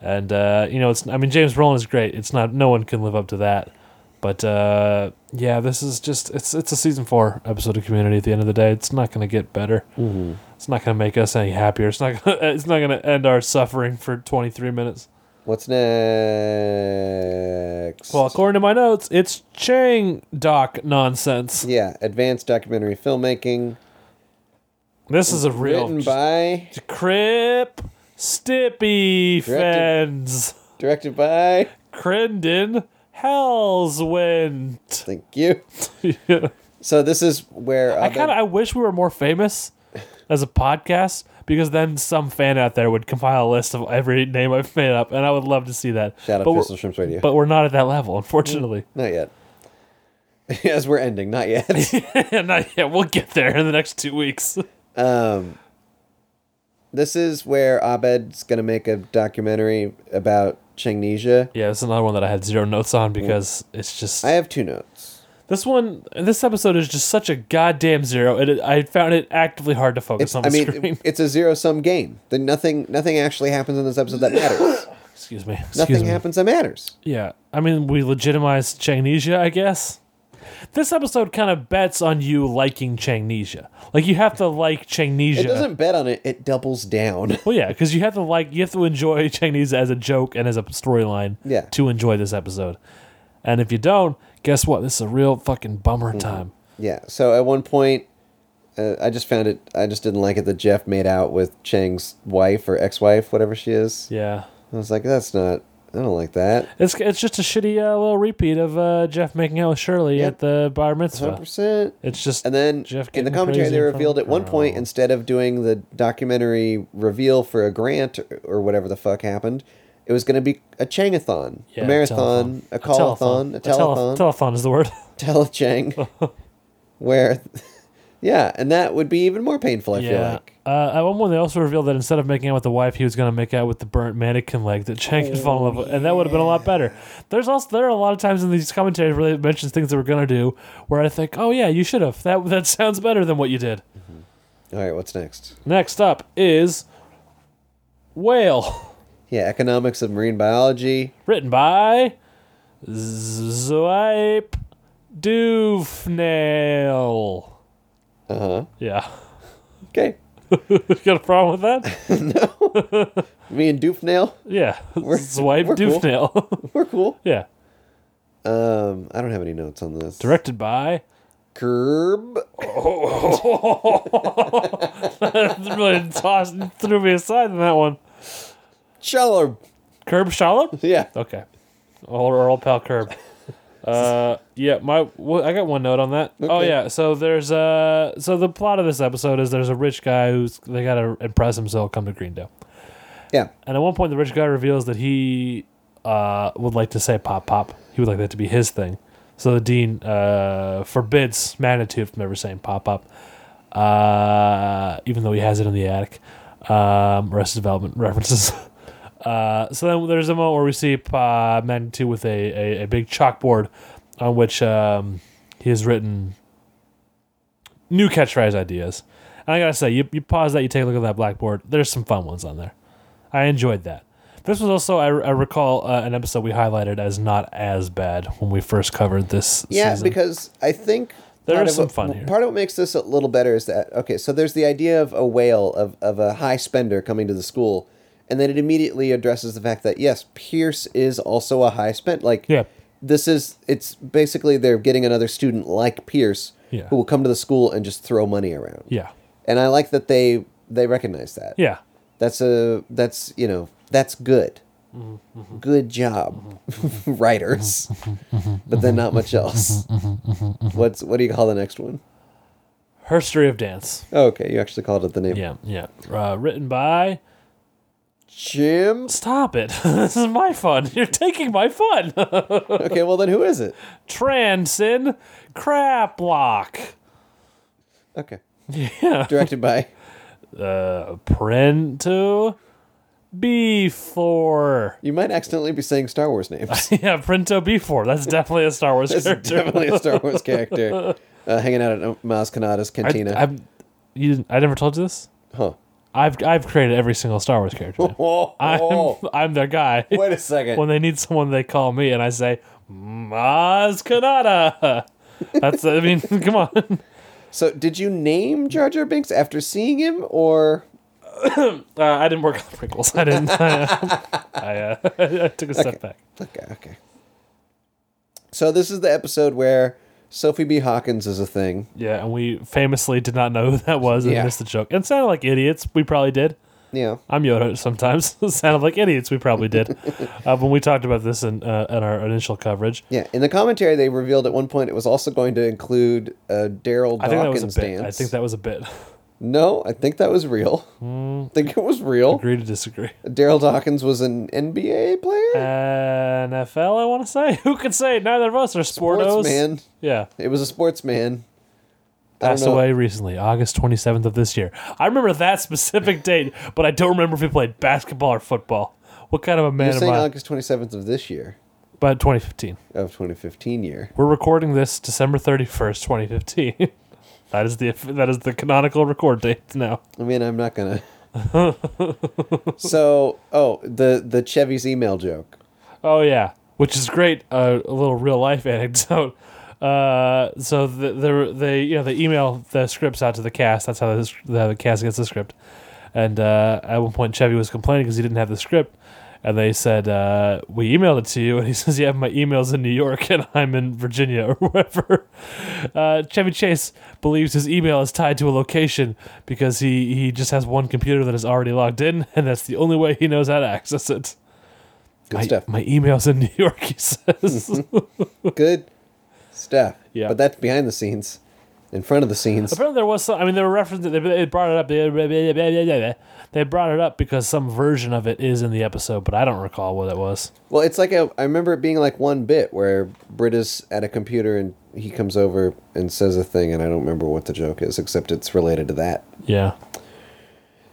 [SPEAKER 8] and uh, you know it's. I mean James Brolin is great. It's not no one can live up to that. But uh, yeah, this is just it's it's a season four episode of Community. At the end of the day, it's not going to get better. Mm-hmm. It's not going to make us any happier. It's not gonna, it's not going to end our suffering for twenty three minutes.
[SPEAKER 7] What's next?
[SPEAKER 8] Well, according to my notes, it's Chang Doc nonsense.
[SPEAKER 7] yeah, advanced documentary filmmaking,
[SPEAKER 8] This is a real
[SPEAKER 7] written by,
[SPEAKER 8] Crip Stippy Fens
[SPEAKER 7] directed by.
[SPEAKER 8] Crendon Hellswind.
[SPEAKER 7] Thank you. So this is where
[SPEAKER 8] I kind of I wish we were more famous as a podcast because then some fan out there would compile a list of every name I've made up, and I would love to see that.
[SPEAKER 7] shout out Mm.
[SPEAKER 8] but,
[SPEAKER 7] Crystal
[SPEAKER 8] we're,
[SPEAKER 7] Shrimps Radio.
[SPEAKER 8] but we're not at that level, unfortunately.
[SPEAKER 7] Not yet. As we're ending, not yet.
[SPEAKER 8] Not yet. We'll get there in the next two weeks.
[SPEAKER 7] this is where Abed's gonna make a documentary about Changnesia.
[SPEAKER 8] Yeah, it's another one that I had zero notes on because it's just
[SPEAKER 7] I have two notes.
[SPEAKER 8] This one, this episode is just such a goddamn zero. It, I found it actively hard to focus
[SPEAKER 7] It's,
[SPEAKER 8] on
[SPEAKER 7] I
[SPEAKER 8] the
[SPEAKER 7] mean,
[SPEAKER 8] screen.
[SPEAKER 7] it's a zero sum game. Then nothing, nothing actually happens in this episode that matters.
[SPEAKER 8] Excuse me. Excuse
[SPEAKER 7] nothing
[SPEAKER 8] me.
[SPEAKER 7] happens that matters.
[SPEAKER 8] Yeah, I mean, we legitimize Changnesia, I guess. This episode kind of bets on you liking Changnesia. Like you have to like Changnesia.
[SPEAKER 7] It doesn't bet on it. It doubles down.
[SPEAKER 8] Well, yeah, because you have to like you have to enjoy Changnesia as a joke and as a storyline.
[SPEAKER 7] Yeah.
[SPEAKER 8] To enjoy this episode, and if you don't, guess what? This is a real fucking bummer
[SPEAKER 7] Mm-hmm.
[SPEAKER 8] time.
[SPEAKER 7] yeah. So at one point, uh, I just found it. I just didn't like it that Jeff made out with Chang's wife or ex-wife, whatever she is.
[SPEAKER 8] Yeah.
[SPEAKER 7] I was like, that's not. I don't like that.
[SPEAKER 8] It's it's just a shitty uh, little repeat of uh, Jeff making out with Shirley
[SPEAKER 7] Yep.
[SPEAKER 8] at the bar mitzvah.
[SPEAKER 7] Hundred percent.
[SPEAKER 8] It's just
[SPEAKER 7] And then
[SPEAKER 8] Jeff
[SPEAKER 7] in the
[SPEAKER 8] getting
[SPEAKER 7] commentary,
[SPEAKER 8] crazy
[SPEAKER 7] they
[SPEAKER 8] in front
[SPEAKER 7] revealed
[SPEAKER 8] of
[SPEAKER 7] at one point
[SPEAKER 8] girls.
[SPEAKER 7] instead of doing the documentary reveal for a grant or, or whatever the fuck happened, it was going to be a Changathon,
[SPEAKER 8] Yeah,
[SPEAKER 7] a marathon, a,
[SPEAKER 8] telethon.
[SPEAKER 7] callathon, a
[SPEAKER 8] telethon. A tele-
[SPEAKER 7] telethon,
[SPEAKER 8] telethon is the word.
[SPEAKER 7] telechang, where Yeah, and that would be even more painful. I feel
[SPEAKER 8] Yeah.
[SPEAKER 7] like.
[SPEAKER 8] Uh, at one point, they also revealed that instead of making out with the wife, he was going to make out with the burnt mannequin leg that Chang had fallen in love with, and that would have been a lot better. There's also there are a lot of times in these commentaries where they mentions things they were going to do, where I think, oh yeah, you should have. That that sounds better than what you did.
[SPEAKER 7] All right, what's next?
[SPEAKER 8] Next up is whale,
[SPEAKER 7] Yeah, economics of marine biology.
[SPEAKER 8] written by Zwipe Doofnail.
[SPEAKER 7] Uh huh.
[SPEAKER 8] Yeah,
[SPEAKER 7] Okay.
[SPEAKER 8] you got a problem with that?
[SPEAKER 7] Me and Doofnail,
[SPEAKER 8] Yeah, Zwipe
[SPEAKER 7] we're cool.
[SPEAKER 8] Doofnail.
[SPEAKER 7] we're cool.
[SPEAKER 8] yeah.
[SPEAKER 7] Um, I don't have any notes on this.
[SPEAKER 8] Directed by.
[SPEAKER 7] Curb.
[SPEAKER 8] That really tossed threw me aside in that one.
[SPEAKER 7] Chiller.
[SPEAKER 8] Curb Shallop?
[SPEAKER 7] Yeah.
[SPEAKER 8] Okay. Old, our old pal Curb. Uh, yeah, my well, I got one note on that. Oh
[SPEAKER 7] Okay.
[SPEAKER 8] yeah, so there's uh, so the plot of this episode is there's a rich guy who's they gotta impress him so he'll come to Greendale.
[SPEAKER 7] Yeah.
[SPEAKER 8] And at one point, the rich guy reveals that he uh, would like to say pop pop. He would like that to be his thing. So the dean uh, forbids Manitude from ever saying pop pop, uh, even though he has it in the attic. Um, Arrested Development references. Uh, so then there's a moment where we see uh, Manitou with a, a, a big chalkboard on which um, he has written new catchphrase ideas. And I gotta say, you, you pause that, you take a look at that blackboard. There's some fun ones on there. I enjoyed that. This was also, I, I recall, uh, an episode we highlighted as not as bad when we first covered this.
[SPEAKER 7] Yeah,
[SPEAKER 8] season.
[SPEAKER 7] because I think
[SPEAKER 8] There
[SPEAKER 7] part
[SPEAKER 8] is
[SPEAKER 7] of
[SPEAKER 8] some
[SPEAKER 7] what-
[SPEAKER 8] fun here.
[SPEAKER 7] Part of what makes this a little better is that okay, so there's the idea of a whale of of a high spender coming to the school, and then it immediately addresses the fact that yes, Pierce is also a high spend. Like
[SPEAKER 8] Yeah.
[SPEAKER 7] this is it's basically they're getting another student like Pierce
[SPEAKER 8] Yeah.
[SPEAKER 7] who will come to the school and just throw money around.
[SPEAKER 8] Yeah.
[SPEAKER 7] and I like that they they recognize that.
[SPEAKER 8] Yeah.
[SPEAKER 7] that's a that's you know that's good. Good job, writers. but then not much else. What's what do you call the next one?
[SPEAKER 8] Herstory of Dance.
[SPEAKER 7] Oh, okay, you actually called it the name.
[SPEAKER 8] Yeah, yeah. Uh, written by.
[SPEAKER 7] Jim.
[SPEAKER 8] Stop it. this is my fun. You're taking my fun.
[SPEAKER 7] Okay, well then who is it?
[SPEAKER 8] Transin Craplock.
[SPEAKER 7] Okay. Yeah. Directed by.
[SPEAKER 8] Print to B4.
[SPEAKER 7] You might accidentally be saying Star Wars names.
[SPEAKER 8] Yeah, Printo B4. That's definitely a Star Wars
[SPEAKER 7] That's
[SPEAKER 8] character.
[SPEAKER 7] definitely a Star Wars character. Uh, hanging out at Maz Kanata's cantina.
[SPEAKER 8] I, I've, you didn't, I never told you this?
[SPEAKER 7] huh.
[SPEAKER 8] I've, I've created every single Star Wars character. now.
[SPEAKER 7] Oh,
[SPEAKER 8] I'm, I'm their guy.
[SPEAKER 7] wait a second.
[SPEAKER 8] when they need someone, they call me and I say, Maz Kanata. That's, I mean, come on.
[SPEAKER 7] So, did you name Jar Jar Binks after seeing him, or
[SPEAKER 8] Uh, I didn't work on the prequels. I didn't. I, uh, I took a step back.
[SPEAKER 7] okay, okay? So this is the episode where Sophie B. Hawkins is a thing.
[SPEAKER 8] Yeah, and we famously did not know who that was and
[SPEAKER 7] Yeah.
[SPEAKER 8] missed the joke. And sounded like idiots. We probably did.
[SPEAKER 7] Yeah,
[SPEAKER 8] I'm Yoda sometimes. sounded like idiots. We probably did. uh, when we talked about this in, uh, in our initial coverage,
[SPEAKER 7] yeah. In the commentary, they revealed at one point it was also going to include uh, Daryl Dawkins
[SPEAKER 8] I think that was a bit.
[SPEAKER 7] dance.
[SPEAKER 8] I think that was a bit.
[SPEAKER 7] no, I think that was real. I think it was real.
[SPEAKER 8] Hmm. Agree to disagree.
[SPEAKER 7] Daryl Dawkins was an NBA
[SPEAKER 8] Uh,
[SPEAKER 7] player,
[SPEAKER 8] NFL, I want to say. Who could say? Neither of us are sportos.
[SPEAKER 7] sportsman.
[SPEAKER 8] Yeah.
[SPEAKER 7] It was a sportsman. I don't
[SPEAKER 8] passed
[SPEAKER 7] know.
[SPEAKER 8] away recently, August 27th of this year. I remember that specific date, but I don't remember if he played basketball or football. What kind of a man
[SPEAKER 7] You're
[SPEAKER 8] am I?
[SPEAKER 7] saying August 27th of this year,
[SPEAKER 8] About 2015.
[SPEAKER 7] of 2015 year.
[SPEAKER 8] We're recording this December 31st, 2015. that is the that is the canonical record date now.
[SPEAKER 7] I mean, I'm not gonna. so, oh, the the Chevy's email joke.
[SPEAKER 8] Oh yeah, which is great. Uh, a little real life anecdote. Uh, so the, the they you know they email the scripts out to the cast. That's how the, the, the cast gets the script. And uh, at one point, Chevy was complaining because he didn't have the script, and they said uh, we emailed it to you, and he says, "Yeah, my email's in New York, and I'm in Virginia or wherever." Uh, Chevy Chase believes his email is tied to a location because he he just has one computer that is already logged in, and that's the only way he knows how to access it.
[SPEAKER 7] Good
[SPEAKER 8] My,
[SPEAKER 7] stuff. Mhm.
[SPEAKER 8] my email's in New York, he says.
[SPEAKER 7] Good stuff.
[SPEAKER 8] Yeah.
[SPEAKER 7] But that's behind the scenes. in front of the scenes.
[SPEAKER 8] Apparently, there was some. I mean, they were referencing. They, they brought it up. They brought it up because some version of it is in the episode, but I don't recall what it was.
[SPEAKER 7] Well, it's like a, I remember it being like one bit where Brit is at a computer and he comes over and says a thing, and I don't remember what the joke is, except it's related to that.
[SPEAKER 8] Yeah,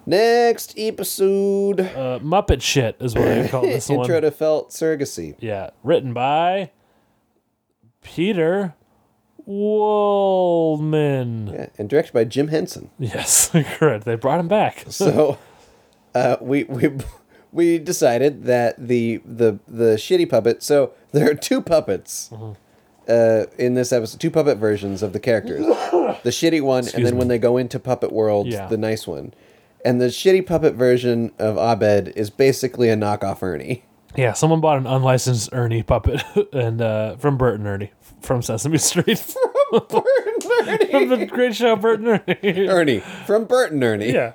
[SPEAKER 7] Next episode
[SPEAKER 8] uh, Muppet shit is what I call this one.
[SPEAKER 7] Intro to Felt Surrogacy.
[SPEAKER 8] yeah, written by Peter Woolman.
[SPEAKER 7] Yeah, and directed by Jim Henson.
[SPEAKER 8] Yes, correct. They brought him back.
[SPEAKER 7] So uh, we we we decided that the the the shitty puppet. So there are two puppets
[SPEAKER 8] Mm-hmm.
[SPEAKER 7] uh, in this episode, two puppet versions of the characters. the shitty one, and then when they go into puppet world,
[SPEAKER 8] Yeah.
[SPEAKER 7] the nice one. And the shitty puppet version of Abed is basically a knockoff Ernie.
[SPEAKER 8] Yeah, someone bought an unlicensed Ernie puppet and uh, from Bert and Ernie from Sesame Street. from the great show Bert and Ernie.
[SPEAKER 7] Ernie from Burton Ernie
[SPEAKER 8] yeah.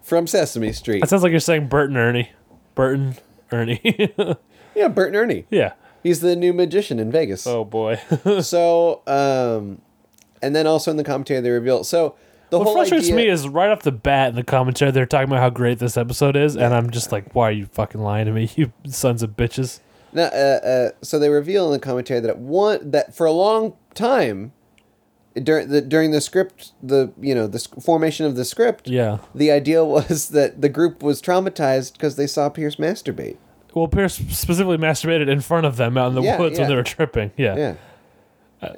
[SPEAKER 7] from Sesame Street.
[SPEAKER 8] That sounds like you're saying Bert and Ernie. Bert and Ernie.
[SPEAKER 7] Yeah, Burton Ernie.
[SPEAKER 8] yeah.
[SPEAKER 7] He's the new magician in Vegas.
[SPEAKER 8] Oh boy.
[SPEAKER 7] So, um, and then also in the commentary they reveal. So the
[SPEAKER 8] what
[SPEAKER 7] whole
[SPEAKER 8] frustrates
[SPEAKER 7] idea,
[SPEAKER 8] me is right off the bat in the commentary they're talking about how great this episode is, and I'm just like, why are you fucking lying to me, you sons of bitches?
[SPEAKER 7] No, uh, uh, so they reveal in the commentary that at one that for a long time during the during the script the you know the sc- formation of the script
[SPEAKER 8] Yeah.
[SPEAKER 7] the idea was that the group was traumatized because they saw Pierce masturbate.
[SPEAKER 8] Well, Pierce specifically masturbated in front of them out in the
[SPEAKER 7] Yeah,
[SPEAKER 8] woods when
[SPEAKER 7] yeah.
[SPEAKER 8] they were tripping. Yeah.
[SPEAKER 7] Yeah,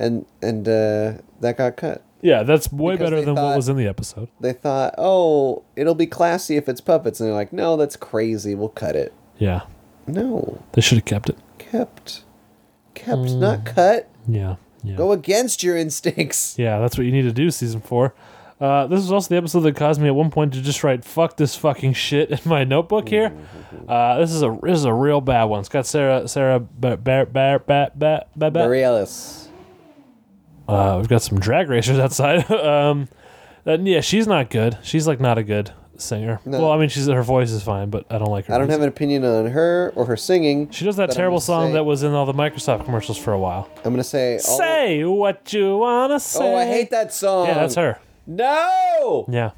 [SPEAKER 7] and and uh, that got cut.
[SPEAKER 8] Yeah, that's way
[SPEAKER 7] Because
[SPEAKER 8] better
[SPEAKER 7] they
[SPEAKER 8] than
[SPEAKER 7] thought-
[SPEAKER 8] what was in the episode.
[SPEAKER 7] They thought, oh, it'll be classy if it's puppets, and they're like, no, that's crazy. We'll cut it.
[SPEAKER 8] Yeah.
[SPEAKER 7] No,
[SPEAKER 8] They should have kept it.
[SPEAKER 7] kept, kept,
[SPEAKER 8] Hmm.
[SPEAKER 7] not cut.
[SPEAKER 8] Yeah. Yeah.
[SPEAKER 7] Go against your instincts.
[SPEAKER 8] Yeah, that's what you need to do, season four. Uh, this was also the episode that caused me at one point to just write "fuck this fucking shit" in my notebook here. Uh, this is a this is a real bad one. It's got Sarah Sarah Bar, Bar, Bar, Bar, Bar, Bar, Bar.
[SPEAKER 7] Borealis.
[SPEAKER 8] Uh, we've got some drag racers outside. um, and yeah, she's not good. She's like not a good singer. Well, I mean, she's her voice is fine, but I don't like her.
[SPEAKER 7] I don't have
[SPEAKER 8] music.
[SPEAKER 7] an opinion on her or her singing.
[SPEAKER 8] She does that
[SPEAKER 7] but I'm
[SPEAKER 8] terrible
[SPEAKER 7] gonna
[SPEAKER 8] song
[SPEAKER 7] say-
[SPEAKER 8] that was in all the Microsoft commercials for a while.
[SPEAKER 7] I'm gonna say. all-
[SPEAKER 8] Say what you wanna say.
[SPEAKER 7] Oh, I hate that song.
[SPEAKER 8] Yeah, that's her.
[SPEAKER 7] No.
[SPEAKER 8] Yeah.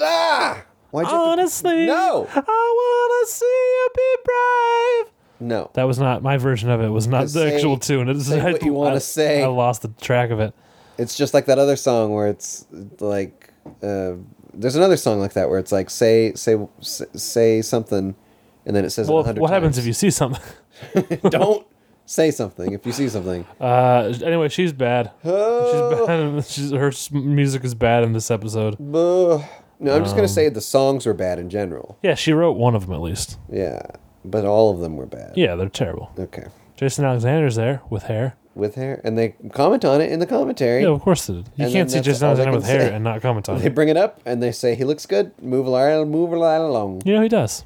[SPEAKER 7] Ah! Why'd you? have to-
[SPEAKER 8] Honestly,
[SPEAKER 7] No.
[SPEAKER 8] I wanna see you be brave.
[SPEAKER 7] No.
[SPEAKER 8] That was not my version of it. Was not
[SPEAKER 7] Just
[SPEAKER 8] the
[SPEAKER 7] say-
[SPEAKER 8] actual tune. It's
[SPEAKER 7] say what you wanna
[SPEAKER 8] I-
[SPEAKER 7] say.
[SPEAKER 8] I lost the track of it.
[SPEAKER 7] It's just like that other song where it's like. Uh, there's another song like that where it's like say say say, say something, and then it says.
[SPEAKER 8] Well,
[SPEAKER 7] Well,
[SPEAKER 8] what happens if you see something?
[SPEAKER 7] don't say something if you see something?
[SPEAKER 8] Uh, anyway, she's bad. She's
[SPEAKER 7] Oh.
[SPEAKER 8] bad. in- She's, her s- music is bad in this episode.
[SPEAKER 7] Buh. no, I'm just
[SPEAKER 8] uh.
[SPEAKER 7] gonna say the songs were bad in general.
[SPEAKER 8] Yeah, she wrote one of them at least.
[SPEAKER 7] Yeah, but all of them were bad.
[SPEAKER 8] Yeah, they're terrible.
[SPEAKER 7] Okay.
[SPEAKER 8] Jason Alexander's there with hair.
[SPEAKER 7] With hair, and they comment on it in the commentary.
[SPEAKER 8] Yeah, of course they did. You
[SPEAKER 7] And
[SPEAKER 8] can't
[SPEAKER 7] then
[SPEAKER 8] see
[SPEAKER 7] that's
[SPEAKER 8] Jason
[SPEAKER 7] all they can
[SPEAKER 8] Alexander with hair
[SPEAKER 7] say.
[SPEAKER 8] and not comment on
[SPEAKER 7] They
[SPEAKER 8] it.
[SPEAKER 7] bring it up and they say he looks good. Move along, move right along.
[SPEAKER 8] You know he does.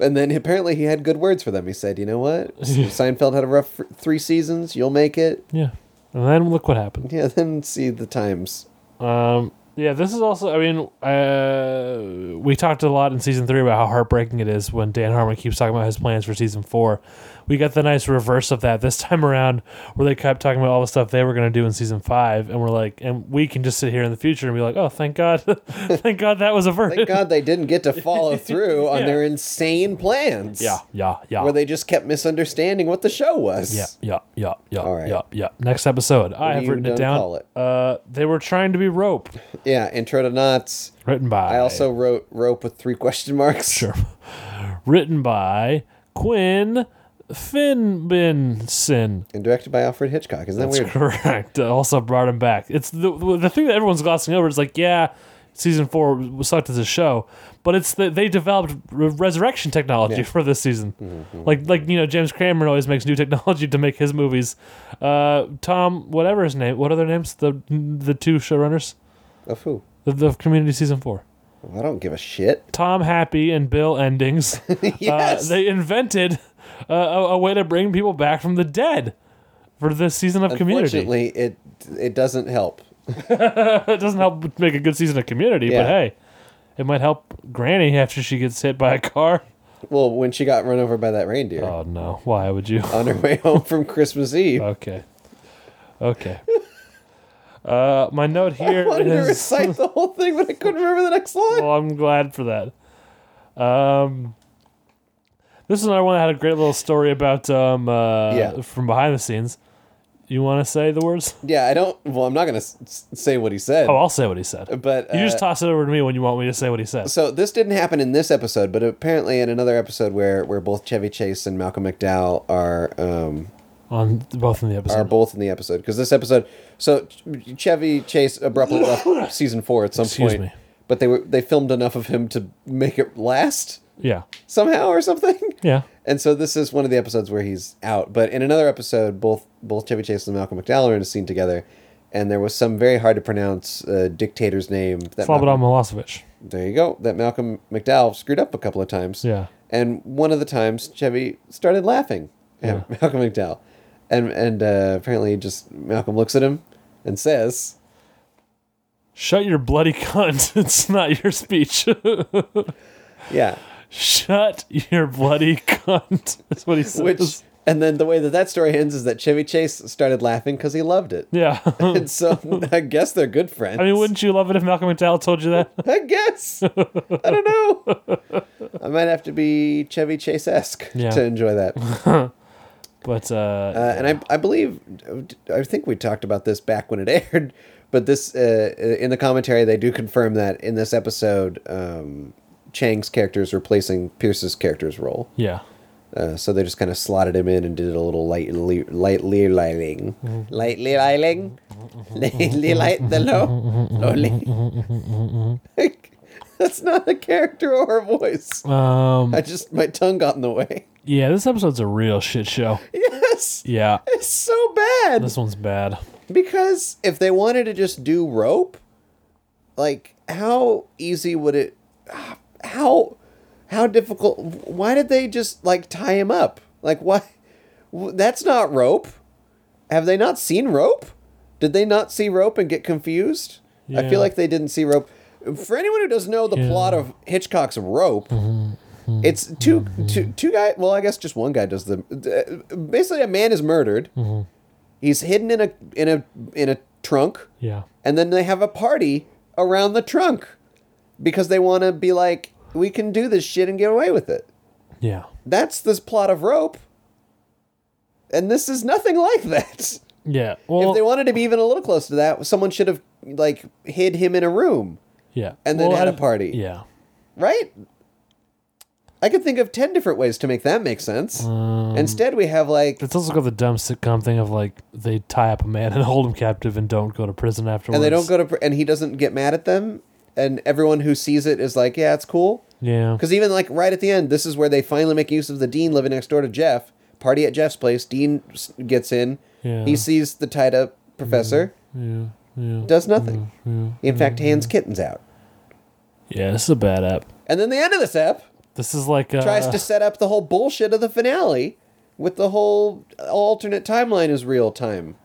[SPEAKER 7] And then apparently he had good words for them. He said, "You know what? Seinfeld had a rough f- three seasons. You'll make it."
[SPEAKER 8] Yeah, and then look what happened.
[SPEAKER 7] Yeah. Then see the times.
[SPEAKER 8] Um, yeah, this is also. I mean, uh, we talked a lot in season three about how heartbreaking it is when Dan Harmon keeps talking about his plans for season four. We got the nice reverse of that this time around, where they kept talking about all the stuff they were going to do in season five, and we're like, and we can just sit here in the future and be like, oh, thank God, thank God that was averted.
[SPEAKER 7] Thank God they didn't get to follow through on
[SPEAKER 8] Yeah.
[SPEAKER 7] their insane plans.
[SPEAKER 8] Yeah, yeah, yeah.
[SPEAKER 7] Where they just kept misunderstanding what the show was.
[SPEAKER 8] Yeah, yeah, yeah, yeah,
[SPEAKER 7] All right.
[SPEAKER 8] yeah, yeah. Next episode,
[SPEAKER 7] do
[SPEAKER 8] I have
[SPEAKER 7] you
[SPEAKER 8] written it
[SPEAKER 7] done
[SPEAKER 8] down.
[SPEAKER 7] call it?
[SPEAKER 8] Uh, they were trying to be rope,
[SPEAKER 7] Yeah. Intro to knots.
[SPEAKER 8] written by.
[SPEAKER 7] I also wrote rope with three question marks. Sure.
[SPEAKER 8] written by Quinn Finbinson.
[SPEAKER 7] And directed by Alfred Hitchcock. Isn't that
[SPEAKER 8] That's
[SPEAKER 7] weird?
[SPEAKER 8] correct. Uh, Also brought him back. It's the the thing that everyone's glossing over. It's like, yeah, season four sucked as a show, but it's that they developed re- resurrection technology for this season. Like like you know, James Cameron always makes new technology to make his movies. Uh, Tom, whatever his name, what are their names? The the two showrunners
[SPEAKER 7] Of who?
[SPEAKER 8] the, the Community season four.
[SPEAKER 7] I don't give a shit.
[SPEAKER 8] Tom Happy and Bill Endings.
[SPEAKER 7] Yes.
[SPEAKER 8] Uh, they invented uh, a, a way to bring people back from the dead for this season of Community.
[SPEAKER 7] Unfortunately, it it doesn't help.
[SPEAKER 8] It doesn't help make a good season of Community,
[SPEAKER 7] Yeah.
[SPEAKER 8] but hey, it might help Granny after she gets hit by a car.
[SPEAKER 7] Well, when she got run over by that reindeer
[SPEAKER 8] Oh no! Why
[SPEAKER 7] Uh,
[SPEAKER 8] would you?
[SPEAKER 7] on her way home from Christmas Eve.
[SPEAKER 8] Okay, okay. Uh, my note here
[SPEAKER 7] I wanted to
[SPEAKER 8] is-
[SPEAKER 7] recite the whole thing, but I couldn't remember the next line.
[SPEAKER 8] well, I'm glad for that. Um, this is another one that had a great little story about um, uh,
[SPEAKER 7] Yeah.
[SPEAKER 8] from behind the scenes. You want to say the words?
[SPEAKER 7] Yeah, I don't. Well, I'm not gonna s- s- say what he said.
[SPEAKER 8] Oh, I'll say what he said.
[SPEAKER 7] but
[SPEAKER 8] you just
[SPEAKER 7] uh,
[SPEAKER 8] toss it over to me when you want me to say what he said.
[SPEAKER 7] So this didn't happen in this episode, but apparently in another episode where where both Chevy Chase and Malcolm McDowell are um,
[SPEAKER 8] On both in the
[SPEAKER 7] are
[SPEAKER 8] episode.
[SPEAKER 7] both in the episode because this episode. So Ch- Chevy Chase abruptly left season four at some
[SPEAKER 8] Excuse
[SPEAKER 7] point,
[SPEAKER 8] me.
[SPEAKER 7] but they were they filmed enough of him to make it last
[SPEAKER 8] yeah,
[SPEAKER 7] somehow or something.
[SPEAKER 8] yeah.
[SPEAKER 7] And so this is one of the episodes where he's out. But in another episode, both both Chevy Chase and Malcolm McDowell are in a scene together, and there was some very hard to pronounce uh, dictator's name that
[SPEAKER 8] Slobodan
[SPEAKER 7] Malcolm,
[SPEAKER 8] Milosevic.
[SPEAKER 7] there you go that Malcolm McDowell screwed up a couple of times.
[SPEAKER 8] Yeah.
[SPEAKER 7] And one of the times Chevy started laughing at Malcolm McDowell, and and uh, apparently just Malcolm looks at him and says,
[SPEAKER 8] Shut your bloody cunt. It's not your speech.
[SPEAKER 7] "Yeah."
[SPEAKER 8] Shut your bloody cunt. That's what he says.
[SPEAKER 7] Which and then the way that that story ends is that Chevy Chase started laughing because he loved it.
[SPEAKER 8] yeah. I
[SPEAKER 7] And so I guess they're good friends.
[SPEAKER 8] Hmm. mean, wouldn't you love it if Malcolm McDowell told you that?
[SPEAKER 7] I guess. I don't know. I might have to be Chevy Chase esque
[SPEAKER 8] Yeah.
[SPEAKER 7] to enjoy that. Uh,
[SPEAKER 8] But uh,
[SPEAKER 7] and I, I believe, I think we talked about this back when it aired, but this, uh, in the commentary, they do confirm that in this episode, um, Chang's character is replacing Pierce's character's role.
[SPEAKER 8] yeah.
[SPEAKER 7] Uh, so they just kind of slotted him in and did a little light, li- light, li- lighting, light, li- lighting, Li- li- light the low, lowly. Like, That's not a character or a voice.
[SPEAKER 8] Um,
[SPEAKER 7] I just my tongue got in the way.
[SPEAKER 8] yeah, this episode's a real shit show.
[SPEAKER 7] Yes,
[SPEAKER 8] Yeah,
[SPEAKER 7] it's so bad
[SPEAKER 8] this one's bad.
[SPEAKER 7] because if they wanted to just do rope, like how easy would it? How how difficult? Why did they just like tie him up? Like why? w- That's not rope. Have they not seen rope? Did they not see rope and get confused? I
[SPEAKER 8] Yeah.
[SPEAKER 7] feel like they didn't see rope. For anyone who doesn't know the
[SPEAKER 8] Yeah. Mm-hmm.
[SPEAKER 7] plot of Hitchcock's Rope, it's two two two guy. Well, I guess just one guy does the. uh, Basically, a man is murdered.
[SPEAKER 8] Mm-hmm.
[SPEAKER 7] He's hidden in a in a in a trunk,
[SPEAKER 8] Yeah,
[SPEAKER 7] and then they have a party around the trunk because they want to be like, we can do this shit and get away with it.
[SPEAKER 8] yeah.
[SPEAKER 7] That's this plot of rope, and this is nothing like that.
[SPEAKER 8] Yeah.
[SPEAKER 7] if they
[SPEAKER 8] Well,
[SPEAKER 7] wanted to be even a little close to that, someone should have like hid him in a room,
[SPEAKER 8] yeah.
[SPEAKER 7] and then
[SPEAKER 8] Well,
[SPEAKER 7] had
[SPEAKER 8] I-
[SPEAKER 7] a party.
[SPEAKER 8] Yeah.
[SPEAKER 7] right? I could think of ten different ways to make that make sense. Instead, we have like
[SPEAKER 8] It's also got the dumb sitcom thing of like they tie up a man and hold him captive and don't go to prison afterwards.
[SPEAKER 7] and they don't go to pr- and he doesn't get mad at them and everyone who sees it is like yeah it's cool
[SPEAKER 8] Yeah.
[SPEAKER 7] because even like right at the end this is where they finally make use of the dean living next door to jeff party at jeff's place dean s- gets in
[SPEAKER 8] Yeah.
[SPEAKER 7] he sees the tied up professor
[SPEAKER 8] Yeah. Yeah. Mm,
[SPEAKER 7] does nothing in fact hands kittens out
[SPEAKER 8] Yeah. This is a bad app.
[SPEAKER 7] and then the end of this ep
[SPEAKER 8] This is like uh,
[SPEAKER 7] tries to set up the whole bullshit of the finale with the whole alternate timeline is real time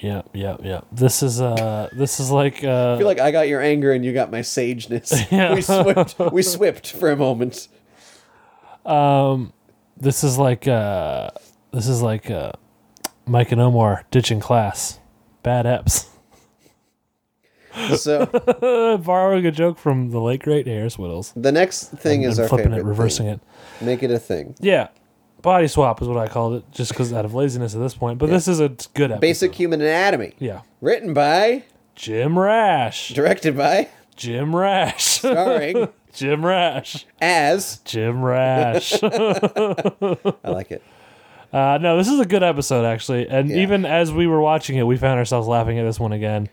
[SPEAKER 8] Yeah. Yeah. Yeah. This is uh. This is like uh.
[SPEAKER 7] I feel like I got your anger and you got my sageness.
[SPEAKER 8] Yeah.
[SPEAKER 7] We swipped. We swipped for a moment.
[SPEAKER 8] this is like uh. This is like uh. Mike and Omar ditching class. Bad apps.
[SPEAKER 7] So
[SPEAKER 8] Borrowing a joke from the late great Harris Whittles.
[SPEAKER 7] The next thing
[SPEAKER 8] and
[SPEAKER 7] is our
[SPEAKER 8] flipping
[SPEAKER 7] favorite.
[SPEAKER 8] it, reversing it.
[SPEAKER 7] it. Make it a thing.
[SPEAKER 8] Yeah, body swap is what I called it, just because out of laziness at this point. But this is a t- good episode.
[SPEAKER 7] Basic Human Anatomy.
[SPEAKER 8] Yeah,
[SPEAKER 7] Written by,
[SPEAKER 8] Jim Rash,
[SPEAKER 7] directed by,
[SPEAKER 8] Jim Rash,
[SPEAKER 7] starring
[SPEAKER 8] Jim Rash,
[SPEAKER 7] as.
[SPEAKER 8] Jim Rash.
[SPEAKER 7] I like it.
[SPEAKER 8] uh, no, this is a good episode actually, and
[SPEAKER 7] Yeah.
[SPEAKER 8] even as we were watching it, we found ourselves laughing at this one again.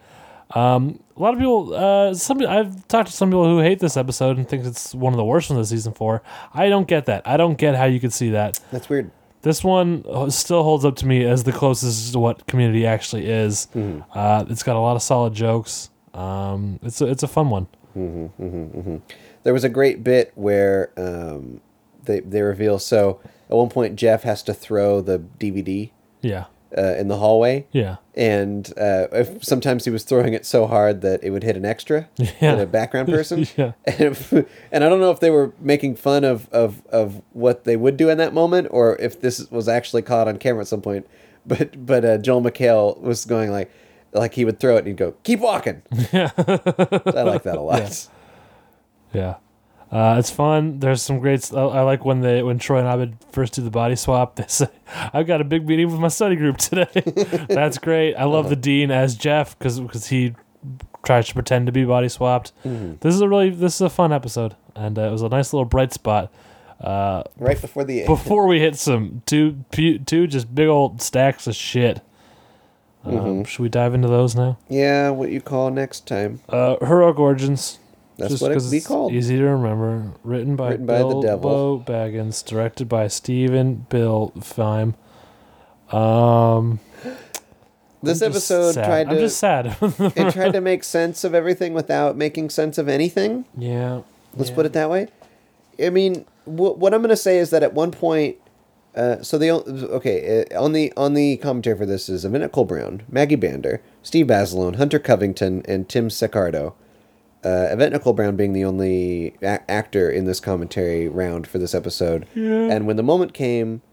[SPEAKER 8] Um, a lot of people, uh, some I've talked to some people who hate this episode and think it's one of the worst ones of season four. I don't get that. I don't get how you could see that.
[SPEAKER 7] That's weird.
[SPEAKER 8] This one uh, still holds up to me as the closest to what Community actually is. Uh, it's got a lot of solid jokes. Um, it's a, it's a fun one.
[SPEAKER 7] There was a great bit where um, they they reveal. So at one point, Jeff has to throw the DVD
[SPEAKER 8] Yeah,
[SPEAKER 7] uh, in the hallway.
[SPEAKER 8] yeah,
[SPEAKER 7] And uh, if- sometimes he was throwing it so hard that it would hit an extra and a background person.
[SPEAKER 8] Yeah.
[SPEAKER 7] And, if- and I don't know if they were making fun of, of, of what they would do in that moment or if this was actually caught on camera at some point. But but uh, Joel McHale was going like, Like he would throw it and he'd go, "Keep walking." I like that a lot.
[SPEAKER 8] Yeah. Uh, it's fun. There's some great. s- I, I like when they when Troy and Abed first do the body swap. They say, "I've got a big meeting with my study group today." That's great. I love the dean as Jeff because he tries to pretend to be body swapped. This is a really this is a fun episode, and uh, it was a nice little bright spot
[SPEAKER 7] Right before the
[SPEAKER 8] before we hit some two pu- two just big old stacks of shit. Um, Should we dive into those now?
[SPEAKER 7] yeah, what you call next time?
[SPEAKER 8] Uh, heroic origins.
[SPEAKER 7] That's
[SPEAKER 8] just
[SPEAKER 7] what it
[SPEAKER 8] 'cause
[SPEAKER 7] be
[SPEAKER 8] it's
[SPEAKER 7] called.
[SPEAKER 8] Easy to remember. Written by
[SPEAKER 7] Written by the
[SPEAKER 8] Bill
[SPEAKER 7] devil.
[SPEAKER 8] Bo Baggins. Directed by Stephen Bill Feim.
[SPEAKER 7] This
[SPEAKER 8] Just
[SPEAKER 7] episode
[SPEAKER 8] sad.
[SPEAKER 7] tried
[SPEAKER 8] I'm
[SPEAKER 7] to
[SPEAKER 8] just sad.
[SPEAKER 7] it tried to make sense of everything without making sense of anything.
[SPEAKER 8] yeah.
[SPEAKER 7] Let's put it that way. I mean, wh- what I'm going to say is that at one point, uh, so the o- okay uh, on the on the commentary for this is Aminette Cole Brown, Maggie Bander, Steve Bazelon, Hunter Covington, and Tim Secardo. Uh, Event Nicole Brown being the only a- actor in this commentary round for this episode, and when the moment came,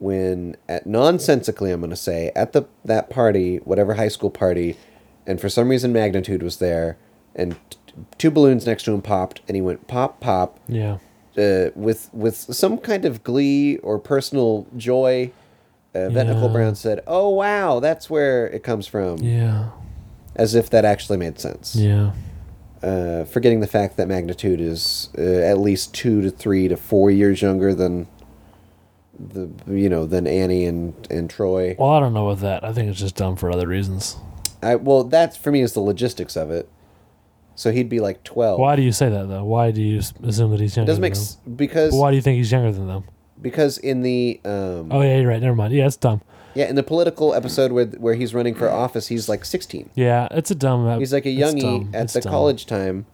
[SPEAKER 7] when at nonsensically I'm going to say at the that party, whatever high school party, and for some reason Magnitude was there, and t- two balloons next to him popped, and he went pop pop
[SPEAKER 8] Yeah.
[SPEAKER 7] uh, with with some kind of glee or personal joy. Uh, Event Nicole
[SPEAKER 8] Yeah.
[SPEAKER 7] Brown said, "Oh wow, that's where it comes from,"
[SPEAKER 8] Yeah.
[SPEAKER 7] as if that actually made sense.
[SPEAKER 8] Yeah.
[SPEAKER 7] Uh, forgetting the fact that Magnitude is uh, at least two to three to four years younger than the you know than Annie and and Troy.
[SPEAKER 8] Well, I don't know about that. I think it's just dumb for other reasons.
[SPEAKER 7] I, well, that's for me is the logistics of it. So he'd be like twelve.
[SPEAKER 8] Why do you say that though? Why do you s- assume that he's younger?
[SPEAKER 7] Doesn't
[SPEAKER 8] than
[SPEAKER 7] make s-
[SPEAKER 8] them?
[SPEAKER 7] because
[SPEAKER 8] But why do you think he's younger than them?
[SPEAKER 7] because in the um,
[SPEAKER 8] Oh yeah, you're right. Never mind. Yeah, it's dumb.
[SPEAKER 7] yeah in the political episode where where he's running for office, he's like sixteen.
[SPEAKER 8] Yeah, it's a dumb. ep-
[SPEAKER 7] He's like a
[SPEAKER 8] it's
[SPEAKER 7] youngie
[SPEAKER 8] dumb.
[SPEAKER 7] at
[SPEAKER 8] It's
[SPEAKER 7] the
[SPEAKER 8] dumb.
[SPEAKER 7] college time,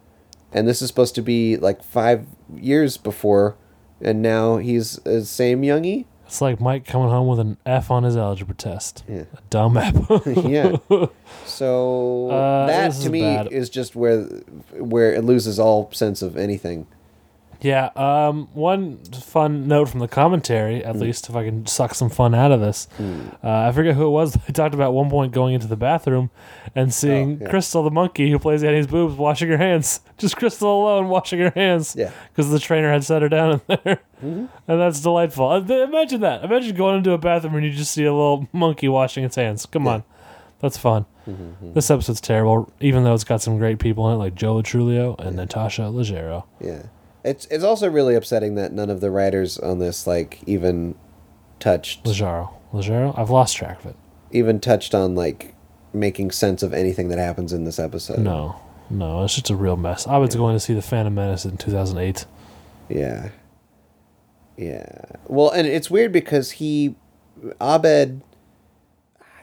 [SPEAKER 7] and this is supposed to be like five years before, and now he's the same youngie.
[SPEAKER 8] It's like Mike coming home with an F on his algebra test.
[SPEAKER 7] Yeah.
[SPEAKER 8] A dumb app.
[SPEAKER 7] Yeah. so
[SPEAKER 8] Uh,
[SPEAKER 7] that
[SPEAKER 8] this
[SPEAKER 7] to
[SPEAKER 8] is
[SPEAKER 7] me
[SPEAKER 8] bad.
[SPEAKER 7] is just where where it loses all sense of anything.
[SPEAKER 8] yeah. Um. One fun note from the commentary,
[SPEAKER 7] Hmm.
[SPEAKER 8] at least, if I can suck some fun out of this. Uh, I forget who it was. But I talked about at one point going into the bathroom and seeing
[SPEAKER 7] Oh, yeah.
[SPEAKER 8] Crystal the monkey who plays Annie's boobs washing her hands. Just Crystal alone washing her hands.
[SPEAKER 7] Yeah. Mm-hmm.
[SPEAKER 8] Because the trainer had set her down in there, and that's delightful. Uh, th- Imagine that. Imagine going into a bathroom and you just see a little monkey washing its hands. Come on. That's fun.
[SPEAKER 7] Mm-hmm.
[SPEAKER 8] This episode's terrible, even though it's got some great people in it, like Joe Trulio and Natasha Leggero.
[SPEAKER 7] Yeah. It's it's also really upsetting that none of the writers on this like even touched
[SPEAKER 8] Leggero. Leggero? I've lost track of it.
[SPEAKER 7] even touched on like making sense of anything that happens in this episode.
[SPEAKER 8] No. No, it's just a real mess. I was going to see The Phantom Menace in 2008.
[SPEAKER 7] Yeah. Yeah. Well, and it's weird because he Abed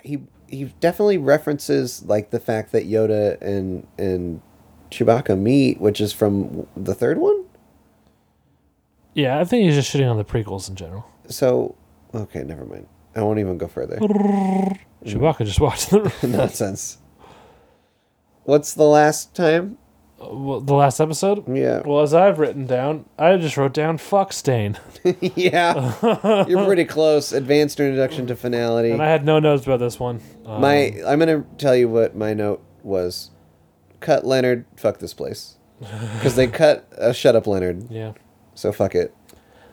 [SPEAKER 7] he he definitely references like the fact that Yoda and and Chewbacca meet, which is from the third one.
[SPEAKER 8] Yeah, I think he's just shitting on the prequels in general.
[SPEAKER 7] So, okay, never mind. I won't even go further.
[SPEAKER 8] Chewbacca just walked in the room.
[SPEAKER 7] Nonsense. What's the last time?
[SPEAKER 8] Well, the last episode?
[SPEAKER 7] Yeah.
[SPEAKER 8] Well, as I've written down, I just wrote down fuck stain.
[SPEAKER 7] yeah. You're pretty close. Advanced introduction to finality.
[SPEAKER 8] And I had no notes about this one. Um,
[SPEAKER 7] My, I'm gonna tell you what my note was. Cut Leonard. Fuck this place. Because they cut a shut up Leonard.
[SPEAKER 8] yeah.
[SPEAKER 7] So fuck it.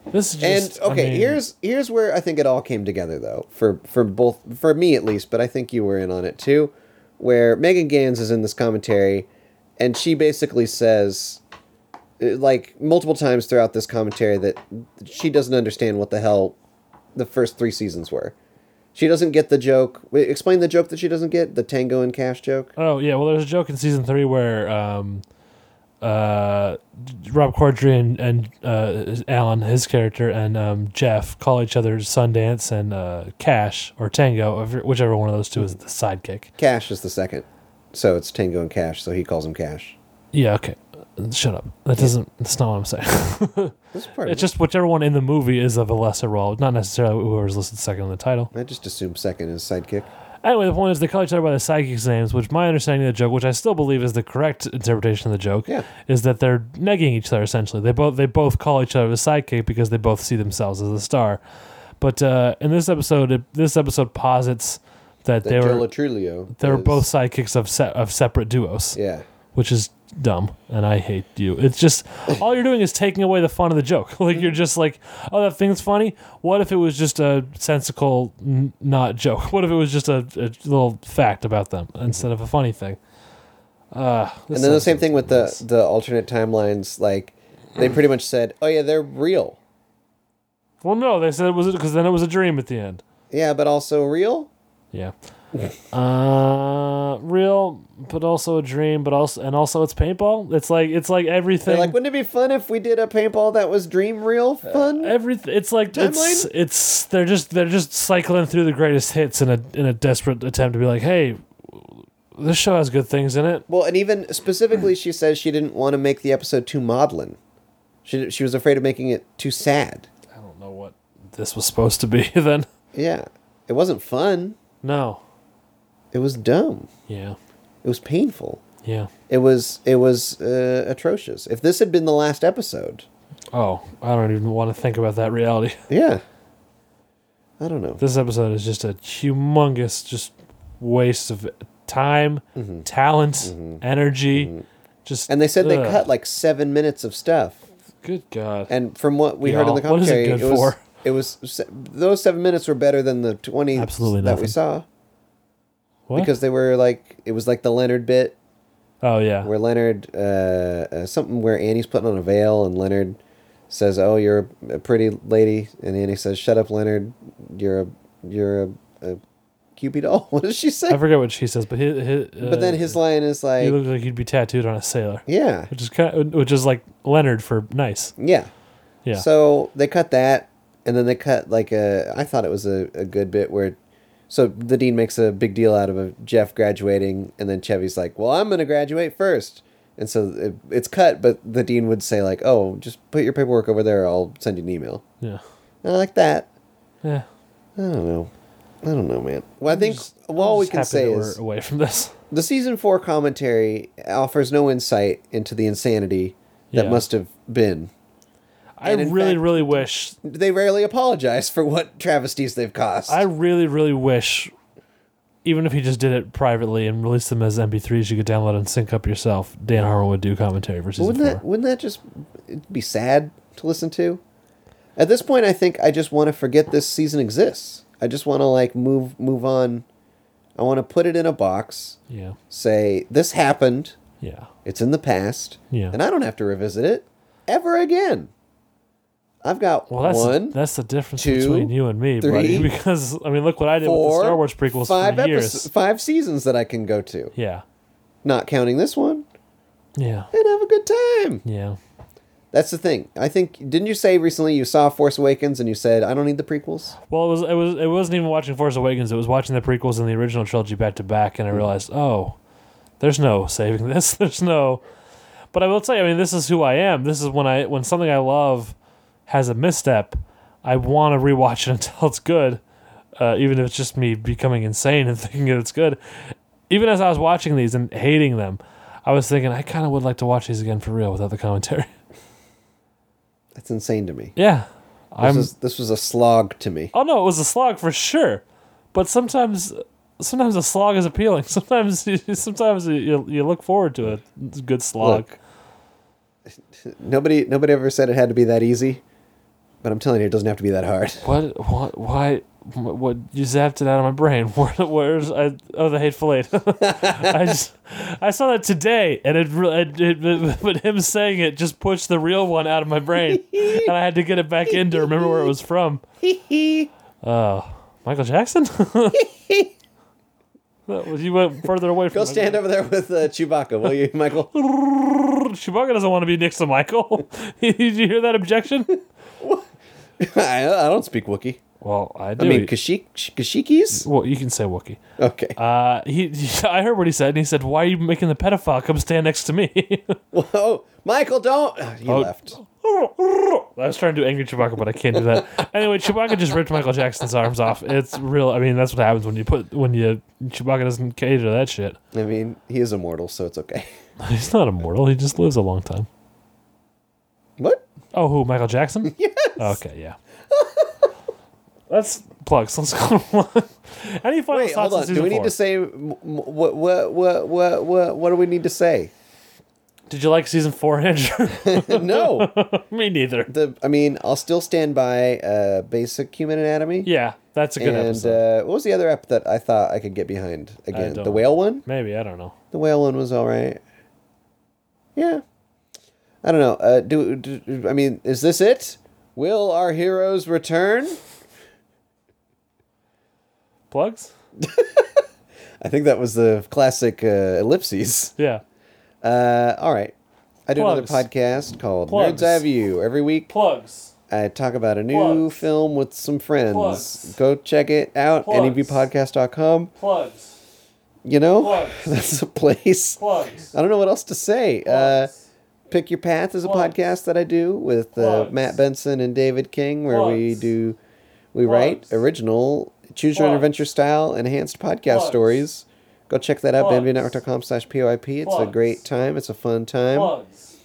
[SPEAKER 8] This is just. I
[SPEAKER 7] and okay,
[SPEAKER 8] mean,
[SPEAKER 7] here's here's where I think it all came together though for for both for me at least, but I think you were in on it too, where Megan Gans is in this commentary, and she basically says, uh, like multiple times throughout this commentary that she doesn't understand what the hell the first three seasons were. She doesn't get the joke. Wait, Explain the joke that she doesn't get the Tango and Cash joke.
[SPEAKER 8] Oh yeah, well, there's a joke in season three where um, uh, Rob Corddry and, and uh, Alan, his character, and um, Jeff call each other Sundance and uh, Cash or Tango, if- whichever one of those two is the sidekick.
[SPEAKER 7] Cash is the second, so it's Tango and Cash. So he calls him Cash.
[SPEAKER 8] Yeah, okay, shut up. That doesn't. That's not what I'm saying.
[SPEAKER 7] That's part.
[SPEAKER 8] it's
[SPEAKER 7] Of
[SPEAKER 8] just whichever one in the movie is of a lesser role, not necessarily whoever's listed second in the title.
[SPEAKER 7] it. I just assume second is sidekick.
[SPEAKER 8] Anyway, the point is they call each other by the psychic's names, which my understanding of the joke, which I still believe is the correct interpretation of the joke,
[SPEAKER 7] Yeah.
[SPEAKER 8] is that they're negging each other essentially. They both they both call each other the sidekick because they both see themselves as the star. But uh, in this episode, it, this episode posits that
[SPEAKER 7] That
[SPEAKER 8] they
[SPEAKER 7] Joe
[SPEAKER 8] were
[SPEAKER 7] Latrulio.
[SPEAKER 8] they were
[SPEAKER 7] is-
[SPEAKER 8] both sidekicks of se- of separate duos,
[SPEAKER 7] Yeah.
[SPEAKER 8] which is dumb, and I hate you. It's just all you're doing is taking away the fun of the joke. Like you're just like, oh, that thing's funny. What if it was just a sensical n- not joke? What if it was just a, a little fact about them instead of a funny thing? Uh,
[SPEAKER 7] And then the same thing with the the alternate timelines. Like they pretty much said, "Oh yeah, they're real."
[SPEAKER 8] Well, no, they said it was because then it was a dream at the end.
[SPEAKER 7] Yeah, but also real.
[SPEAKER 8] Yeah. uh, real, but also a dream, but also and also it's paintball. It's like it's like everything.
[SPEAKER 7] They're like, wouldn't it be fun if we did a paintball that was dream real
[SPEAKER 8] Uh,
[SPEAKER 7] fun?
[SPEAKER 8] everything. It's like it's
[SPEAKER 7] Timeline?
[SPEAKER 8] it's they're just they're just cycling through the greatest hits in a in a desperate attempt to be like, hey, this show has good things in it.
[SPEAKER 7] well, and even specifically, she says she didn't want to make the episode too maudlin. She she was afraid of making it too sad.
[SPEAKER 8] I don't know what this was supposed to be then.
[SPEAKER 7] Yeah, it wasn't fun.
[SPEAKER 8] No.
[SPEAKER 7] It was dumb.
[SPEAKER 8] Yeah.
[SPEAKER 7] It was painful.
[SPEAKER 8] Yeah.
[SPEAKER 7] It was it was uh, atrocious. If this had been the last episode,
[SPEAKER 8] Oh, I don't even want to think about that reality.
[SPEAKER 7] yeah. I don't know.
[SPEAKER 8] This episode is just a humongous, just waste of time, talent, energy. Just
[SPEAKER 7] Mm-hmm. And they said they
[SPEAKER 8] ugh.
[SPEAKER 7] cut like seven minutes of stuff.
[SPEAKER 8] Good God!
[SPEAKER 7] And from what we heard in the
[SPEAKER 8] Y'all, what is it
[SPEAKER 7] commentary,
[SPEAKER 8] good
[SPEAKER 7] was
[SPEAKER 8] for?
[SPEAKER 7] it was se- those seven minutes were better than the twenty
[SPEAKER 8] Absolutely
[SPEAKER 7] that we
[SPEAKER 8] nothing.
[SPEAKER 7] saw
[SPEAKER 8] What?
[SPEAKER 7] because they were like it was like the Leonard bit
[SPEAKER 8] oh yeah,
[SPEAKER 7] where Leonard uh, uh, something where Annie's putting on a veil and Leonard says, "Oh, you're a pretty lady," and Annie says, "Shut up, Leonard. You're a you're a, a Cupid doll." what does she say?
[SPEAKER 8] I forget what she says, but his, his, uh,
[SPEAKER 7] but then his line is
[SPEAKER 8] he
[SPEAKER 7] like,
[SPEAKER 8] looked like he'd be tattooed on a sailor,
[SPEAKER 7] "Yeah,
[SPEAKER 8] which is kind of, which is like Leonard for nice.
[SPEAKER 7] yeah."
[SPEAKER 8] Yeah.
[SPEAKER 7] So they cut that, and then they cut like a. I thought it was a, a good bit where, so the dean makes a big deal out of a Jeff graduating, and then Chevy's like, "Well, I'm going to graduate first. and so it, it's cut. But the dean would say like, "Oh, just put your paperwork over there. I'll send you an email."
[SPEAKER 8] yeah,
[SPEAKER 7] And I like that.
[SPEAKER 8] yeah.
[SPEAKER 7] I don't know. I don't know, man. Well, I think
[SPEAKER 8] I'm
[SPEAKER 7] all we
[SPEAKER 8] just
[SPEAKER 7] can
[SPEAKER 8] happy
[SPEAKER 7] say
[SPEAKER 8] that
[SPEAKER 7] is
[SPEAKER 8] we're away from this.
[SPEAKER 7] the season four commentary offers no insight into the insanity that
[SPEAKER 8] Yeah.
[SPEAKER 7] must have been.
[SPEAKER 8] I
[SPEAKER 7] And in
[SPEAKER 8] really,
[SPEAKER 7] fact-
[SPEAKER 8] really wish
[SPEAKER 7] They rarely apologize for what travesties they've caused.
[SPEAKER 8] I really, really wish, even if he just did it privately and released them as MP3s, you could download and sync up yourself. Dan Harmon would do commentary for season
[SPEAKER 7] wouldn't
[SPEAKER 8] four.
[SPEAKER 7] that wouldn't that just it'd be sad to listen to? At this point, I think I just want to forget this season exists. I just want to like move move on. I want to put it in a box.
[SPEAKER 8] Yeah,
[SPEAKER 7] Say this happened.
[SPEAKER 8] yeah,
[SPEAKER 7] It's in the past.
[SPEAKER 8] Yeah.
[SPEAKER 7] And I don't have to revisit it ever again. I've got
[SPEAKER 8] Well, that's
[SPEAKER 7] one,
[SPEAKER 8] that's the difference
[SPEAKER 7] two,
[SPEAKER 8] between you and me, buddy.
[SPEAKER 7] three,
[SPEAKER 8] Because I mean, look what I did with
[SPEAKER 7] four,
[SPEAKER 8] the Star Wars prequels
[SPEAKER 7] five
[SPEAKER 8] for years.
[SPEAKER 7] episodes, five seasons that I can go to,
[SPEAKER 8] Yeah,
[SPEAKER 7] not counting this one,
[SPEAKER 8] yeah,
[SPEAKER 7] and have a good time.
[SPEAKER 8] yeah.
[SPEAKER 7] That's the thing. I think didn't you say recently you saw Force Awakens and you said I don't need the prequels?
[SPEAKER 8] Well, it was it was it wasn't even watching Force Awakens. It was watching the prequels and the original trilogy back to back, and I realized, oh, there's no saving this. There's no. But I will tell you, I mean, this is who I am. This is when I when something I love has a misstep, I want to rewatch it until it's good, uh, even if it's just me becoming insane and thinking that it's good. Even as I was watching these and hating them, I was thinking I kind of would like to watch these again for real without the commentary.
[SPEAKER 7] That's insane to me.
[SPEAKER 8] yeah,
[SPEAKER 7] This
[SPEAKER 8] I'm
[SPEAKER 7] was this was a slog to me.
[SPEAKER 8] Oh no, it was a slog for sure. But sometimes, sometimes a slog is appealing. Sometimes, you, sometimes you, you, you look forward to a good slog.
[SPEAKER 7] Look, nobody nobody ever said it had to be that easy, but I'm telling you, it doesn't have to be that hard.
[SPEAKER 8] What? What? Why? What, what? You zapped it out of my brain. Where, where's I? Oh, the hateful eight. I just I saw that today, and it, re- it, it but him saying it just pushed the real one out of my brain, and I had to get it back in to remember where it was from. Oh, Michael Jackson. that was, you went further away from.
[SPEAKER 7] Go
[SPEAKER 8] my-
[SPEAKER 7] stand over there with uh, Chewbacca, will you, Michael?
[SPEAKER 8] Chewbacca doesn't want to be next to Michael. Did you hear that objection?
[SPEAKER 7] I, I don't speak Wookiee.
[SPEAKER 8] Well, I
[SPEAKER 7] I
[SPEAKER 8] do.
[SPEAKER 7] mean, Kashik Kashikis.
[SPEAKER 8] well, you can say Wookiee.
[SPEAKER 7] Okay.
[SPEAKER 8] Mm. Uh, he, he- I heard what he said, and he said, "Why are you making the pedophile come stand next to me?"
[SPEAKER 7] Whoa, Oh, Michael, don't. Ah, He
[SPEAKER 8] Oh.
[SPEAKER 7] left.
[SPEAKER 8] I was trying to do angry Chewbacca, but I can't do that. anyway, Chewbacca just ripped Michael Jackson's arms off. It's real. I mean, that's what happens when you put when you Chewbacca doesn't cater to that shit.
[SPEAKER 7] I mean, he is immortal, so it's okay.
[SPEAKER 8] He's not immortal. He just lives a long time.
[SPEAKER 7] What?
[SPEAKER 8] Oh, who? Michael Jackson?
[SPEAKER 7] Yes.
[SPEAKER 8] Okay, yeah. That's plugs. Let's go. Any final
[SPEAKER 7] Wait,
[SPEAKER 8] thoughts
[SPEAKER 7] hold on. Do
[SPEAKER 8] on season
[SPEAKER 7] we need
[SPEAKER 8] four?
[SPEAKER 7] to say m- m- what what what what what what do we need to say?
[SPEAKER 8] Did you like season four, Andrew?
[SPEAKER 7] no,
[SPEAKER 8] Me neither.
[SPEAKER 7] the I mean, I'll still stand by uh, basic human anatomy.
[SPEAKER 8] Yeah, that's a good
[SPEAKER 7] And
[SPEAKER 8] episode.
[SPEAKER 7] uh, what was the other app that I thought I could get behind again? The
[SPEAKER 8] don't-
[SPEAKER 7] whale one.
[SPEAKER 8] Maybe I don't know.
[SPEAKER 7] The whale one was all right. Yeah, I don't know. Uh, do, do I mean is this it? Will our heroes return?
[SPEAKER 8] Plugs?
[SPEAKER 7] I think that was the classic uh, ellipses.
[SPEAKER 8] Yeah.
[SPEAKER 7] Uh, all right. I do another
[SPEAKER 8] Plugs.
[SPEAKER 7] podcast called
[SPEAKER 8] Plugs.
[SPEAKER 7] Nerds Eye View. Every week,
[SPEAKER 8] Plugs.
[SPEAKER 7] I talk about a new
[SPEAKER 8] Plugs.
[SPEAKER 7] film with some friends.
[SPEAKER 8] Plugs.
[SPEAKER 7] Go check it out, E
[SPEAKER 8] Plugs.
[SPEAKER 7] nevpodcast.com.
[SPEAKER 8] Plugs.
[SPEAKER 7] You know,
[SPEAKER 8] Plugs.
[SPEAKER 7] that's a place.
[SPEAKER 8] Plugs.
[SPEAKER 7] I don't know what else to say. Uh, Pick Your Path is a
[SPEAKER 8] Plugs.
[SPEAKER 7] podcast that I do with uh,
[SPEAKER 8] Plugs.
[SPEAKER 7] Matt Benson and David King, where we
[SPEAKER 8] Plugs.
[SPEAKER 7] do, we
[SPEAKER 8] Plugs.
[SPEAKER 7] write original Choose Your Own
[SPEAKER 8] Plugs.
[SPEAKER 7] Adventure style enhanced podcast
[SPEAKER 8] Plugs.
[SPEAKER 7] stories. Go check that out,
[SPEAKER 8] Plugs.
[SPEAKER 7] bambianetwork.com slash POIP. It's a
[SPEAKER 8] Plugs.
[SPEAKER 7] great time. It's a fun time.
[SPEAKER 8] Plugs.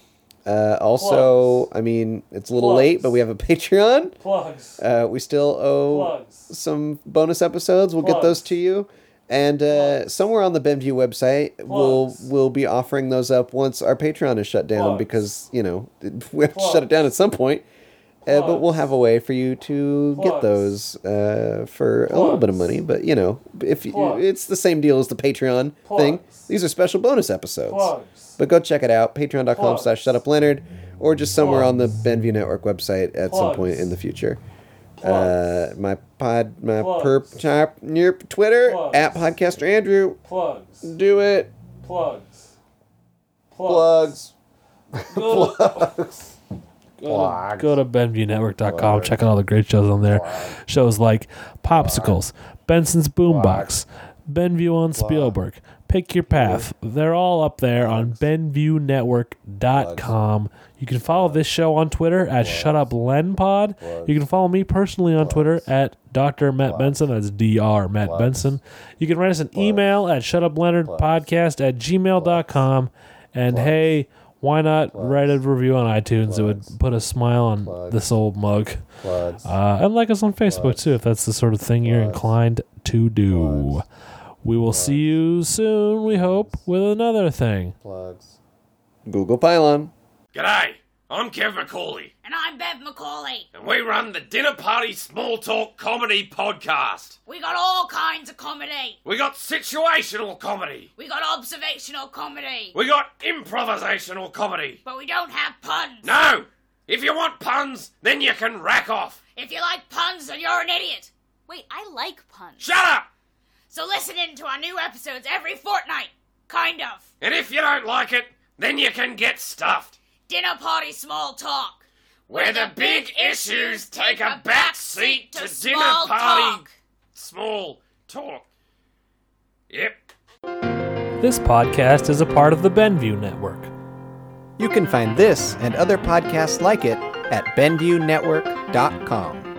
[SPEAKER 7] Uh, also, I mean, it's a little
[SPEAKER 8] Plugs.
[SPEAKER 7] late, but we have a Patreon.
[SPEAKER 8] Plugs.
[SPEAKER 7] Uh, we still owe
[SPEAKER 8] Plugs.
[SPEAKER 7] some bonus episodes. We'll get
[SPEAKER 8] Plugs.
[SPEAKER 7] those to you. And uh, somewhere on the BenView website, we'll
[SPEAKER 8] Plugs.
[SPEAKER 7] we'll be offering those up once our Patreon is shut down
[SPEAKER 8] Plugs.
[SPEAKER 7] because you know we have to shut it down at some point. Uh, but we'll
[SPEAKER 8] Plugs.
[SPEAKER 7] have a way for you to get
[SPEAKER 8] Plugs.
[SPEAKER 7] those uh, for a little bit of money. But you know, if you,
[SPEAKER 8] Plugs.
[SPEAKER 7] it's the same deal as the Patreon thing,
[SPEAKER 8] Plugs.
[SPEAKER 7] these are special bonus episodes.
[SPEAKER 8] Plugs.
[SPEAKER 7] But go check it out, patreon.com
[SPEAKER 8] Plugs.
[SPEAKER 7] slash shutupleonard, or just somewhere on the Benview Network website at some
[SPEAKER 8] Plugs.
[SPEAKER 7] point in the future. Uh,
[SPEAKER 8] Plugs.
[SPEAKER 7] my pod, my
[SPEAKER 8] Plugs.
[SPEAKER 7] perp, chop, nerp, Twitter,
[SPEAKER 8] Plugs.
[SPEAKER 7] at podcaster Andrew.
[SPEAKER 8] Plugs.
[SPEAKER 7] Do it.
[SPEAKER 8] Plugs.
[SPEAKER 7] Plugs.
[SPEAKER 8] Plugs. Go to BenviewNetwork.com. Check out all the great shows on there. Shows like Popsicles, Benson's Boombox, Benview on Spielberg, Pick Your Path. They're all up there on BenviewNetwork.com. You can follow this show on Twitter at ShutUpLenPod. You can follow me personally on Twitter at Dr. Matt Benson. That's Dr. Matt Benson. You can write us an email at ShutUpLeonardPodcast at gmail.com. And hey, why not write a review on iTunes? It would put a smile on this old mug. Uh, and like us on Facebook too, if that's the sort of thing you're inclined to do. We will see you soon, we hope, with another thing.
[SPEAKER 7] Google Pylon.
[SPEAKER 5] G'day, I'm Kev McCauley,
[SPEAKER 9] And I'm Bev Macaulay.
[SPEAKER 5] and we run the Dinner Party Small Talk Comedy Podcast.
[SPEAKER 9] We got all kinds of comedy.
[SPEAKER 5] We got situational comedy,
[SPEAKER 9] We got observational comedy.
[SPEAKER 5] we got improvisational comedy.
[SPEAKER 9] But we don't have puns.
[SPEAKER 5] No! If you want puns, then you can rack off.
[SPEAKER 9] If you like puns, then you're an idiot. Wait, I like puns.
[SPEAKER 5] Shut up!
[SPEAKER 9] So listen in to our new episodes every fortnight. Kind of.
[SPEAKER 5] And if you don't like it, then you can get stuffed.
[SPEAKER 9] Dinner party small talk.
[SPEAKER 5] Where the big issues take a back seat to dinner party small talk. Yep.
[SPEAKER 8] This podcast is a part of the Benview Network.
[SPEAKER 7] You can find this and other podcasts like it at BenviewNetwork.com.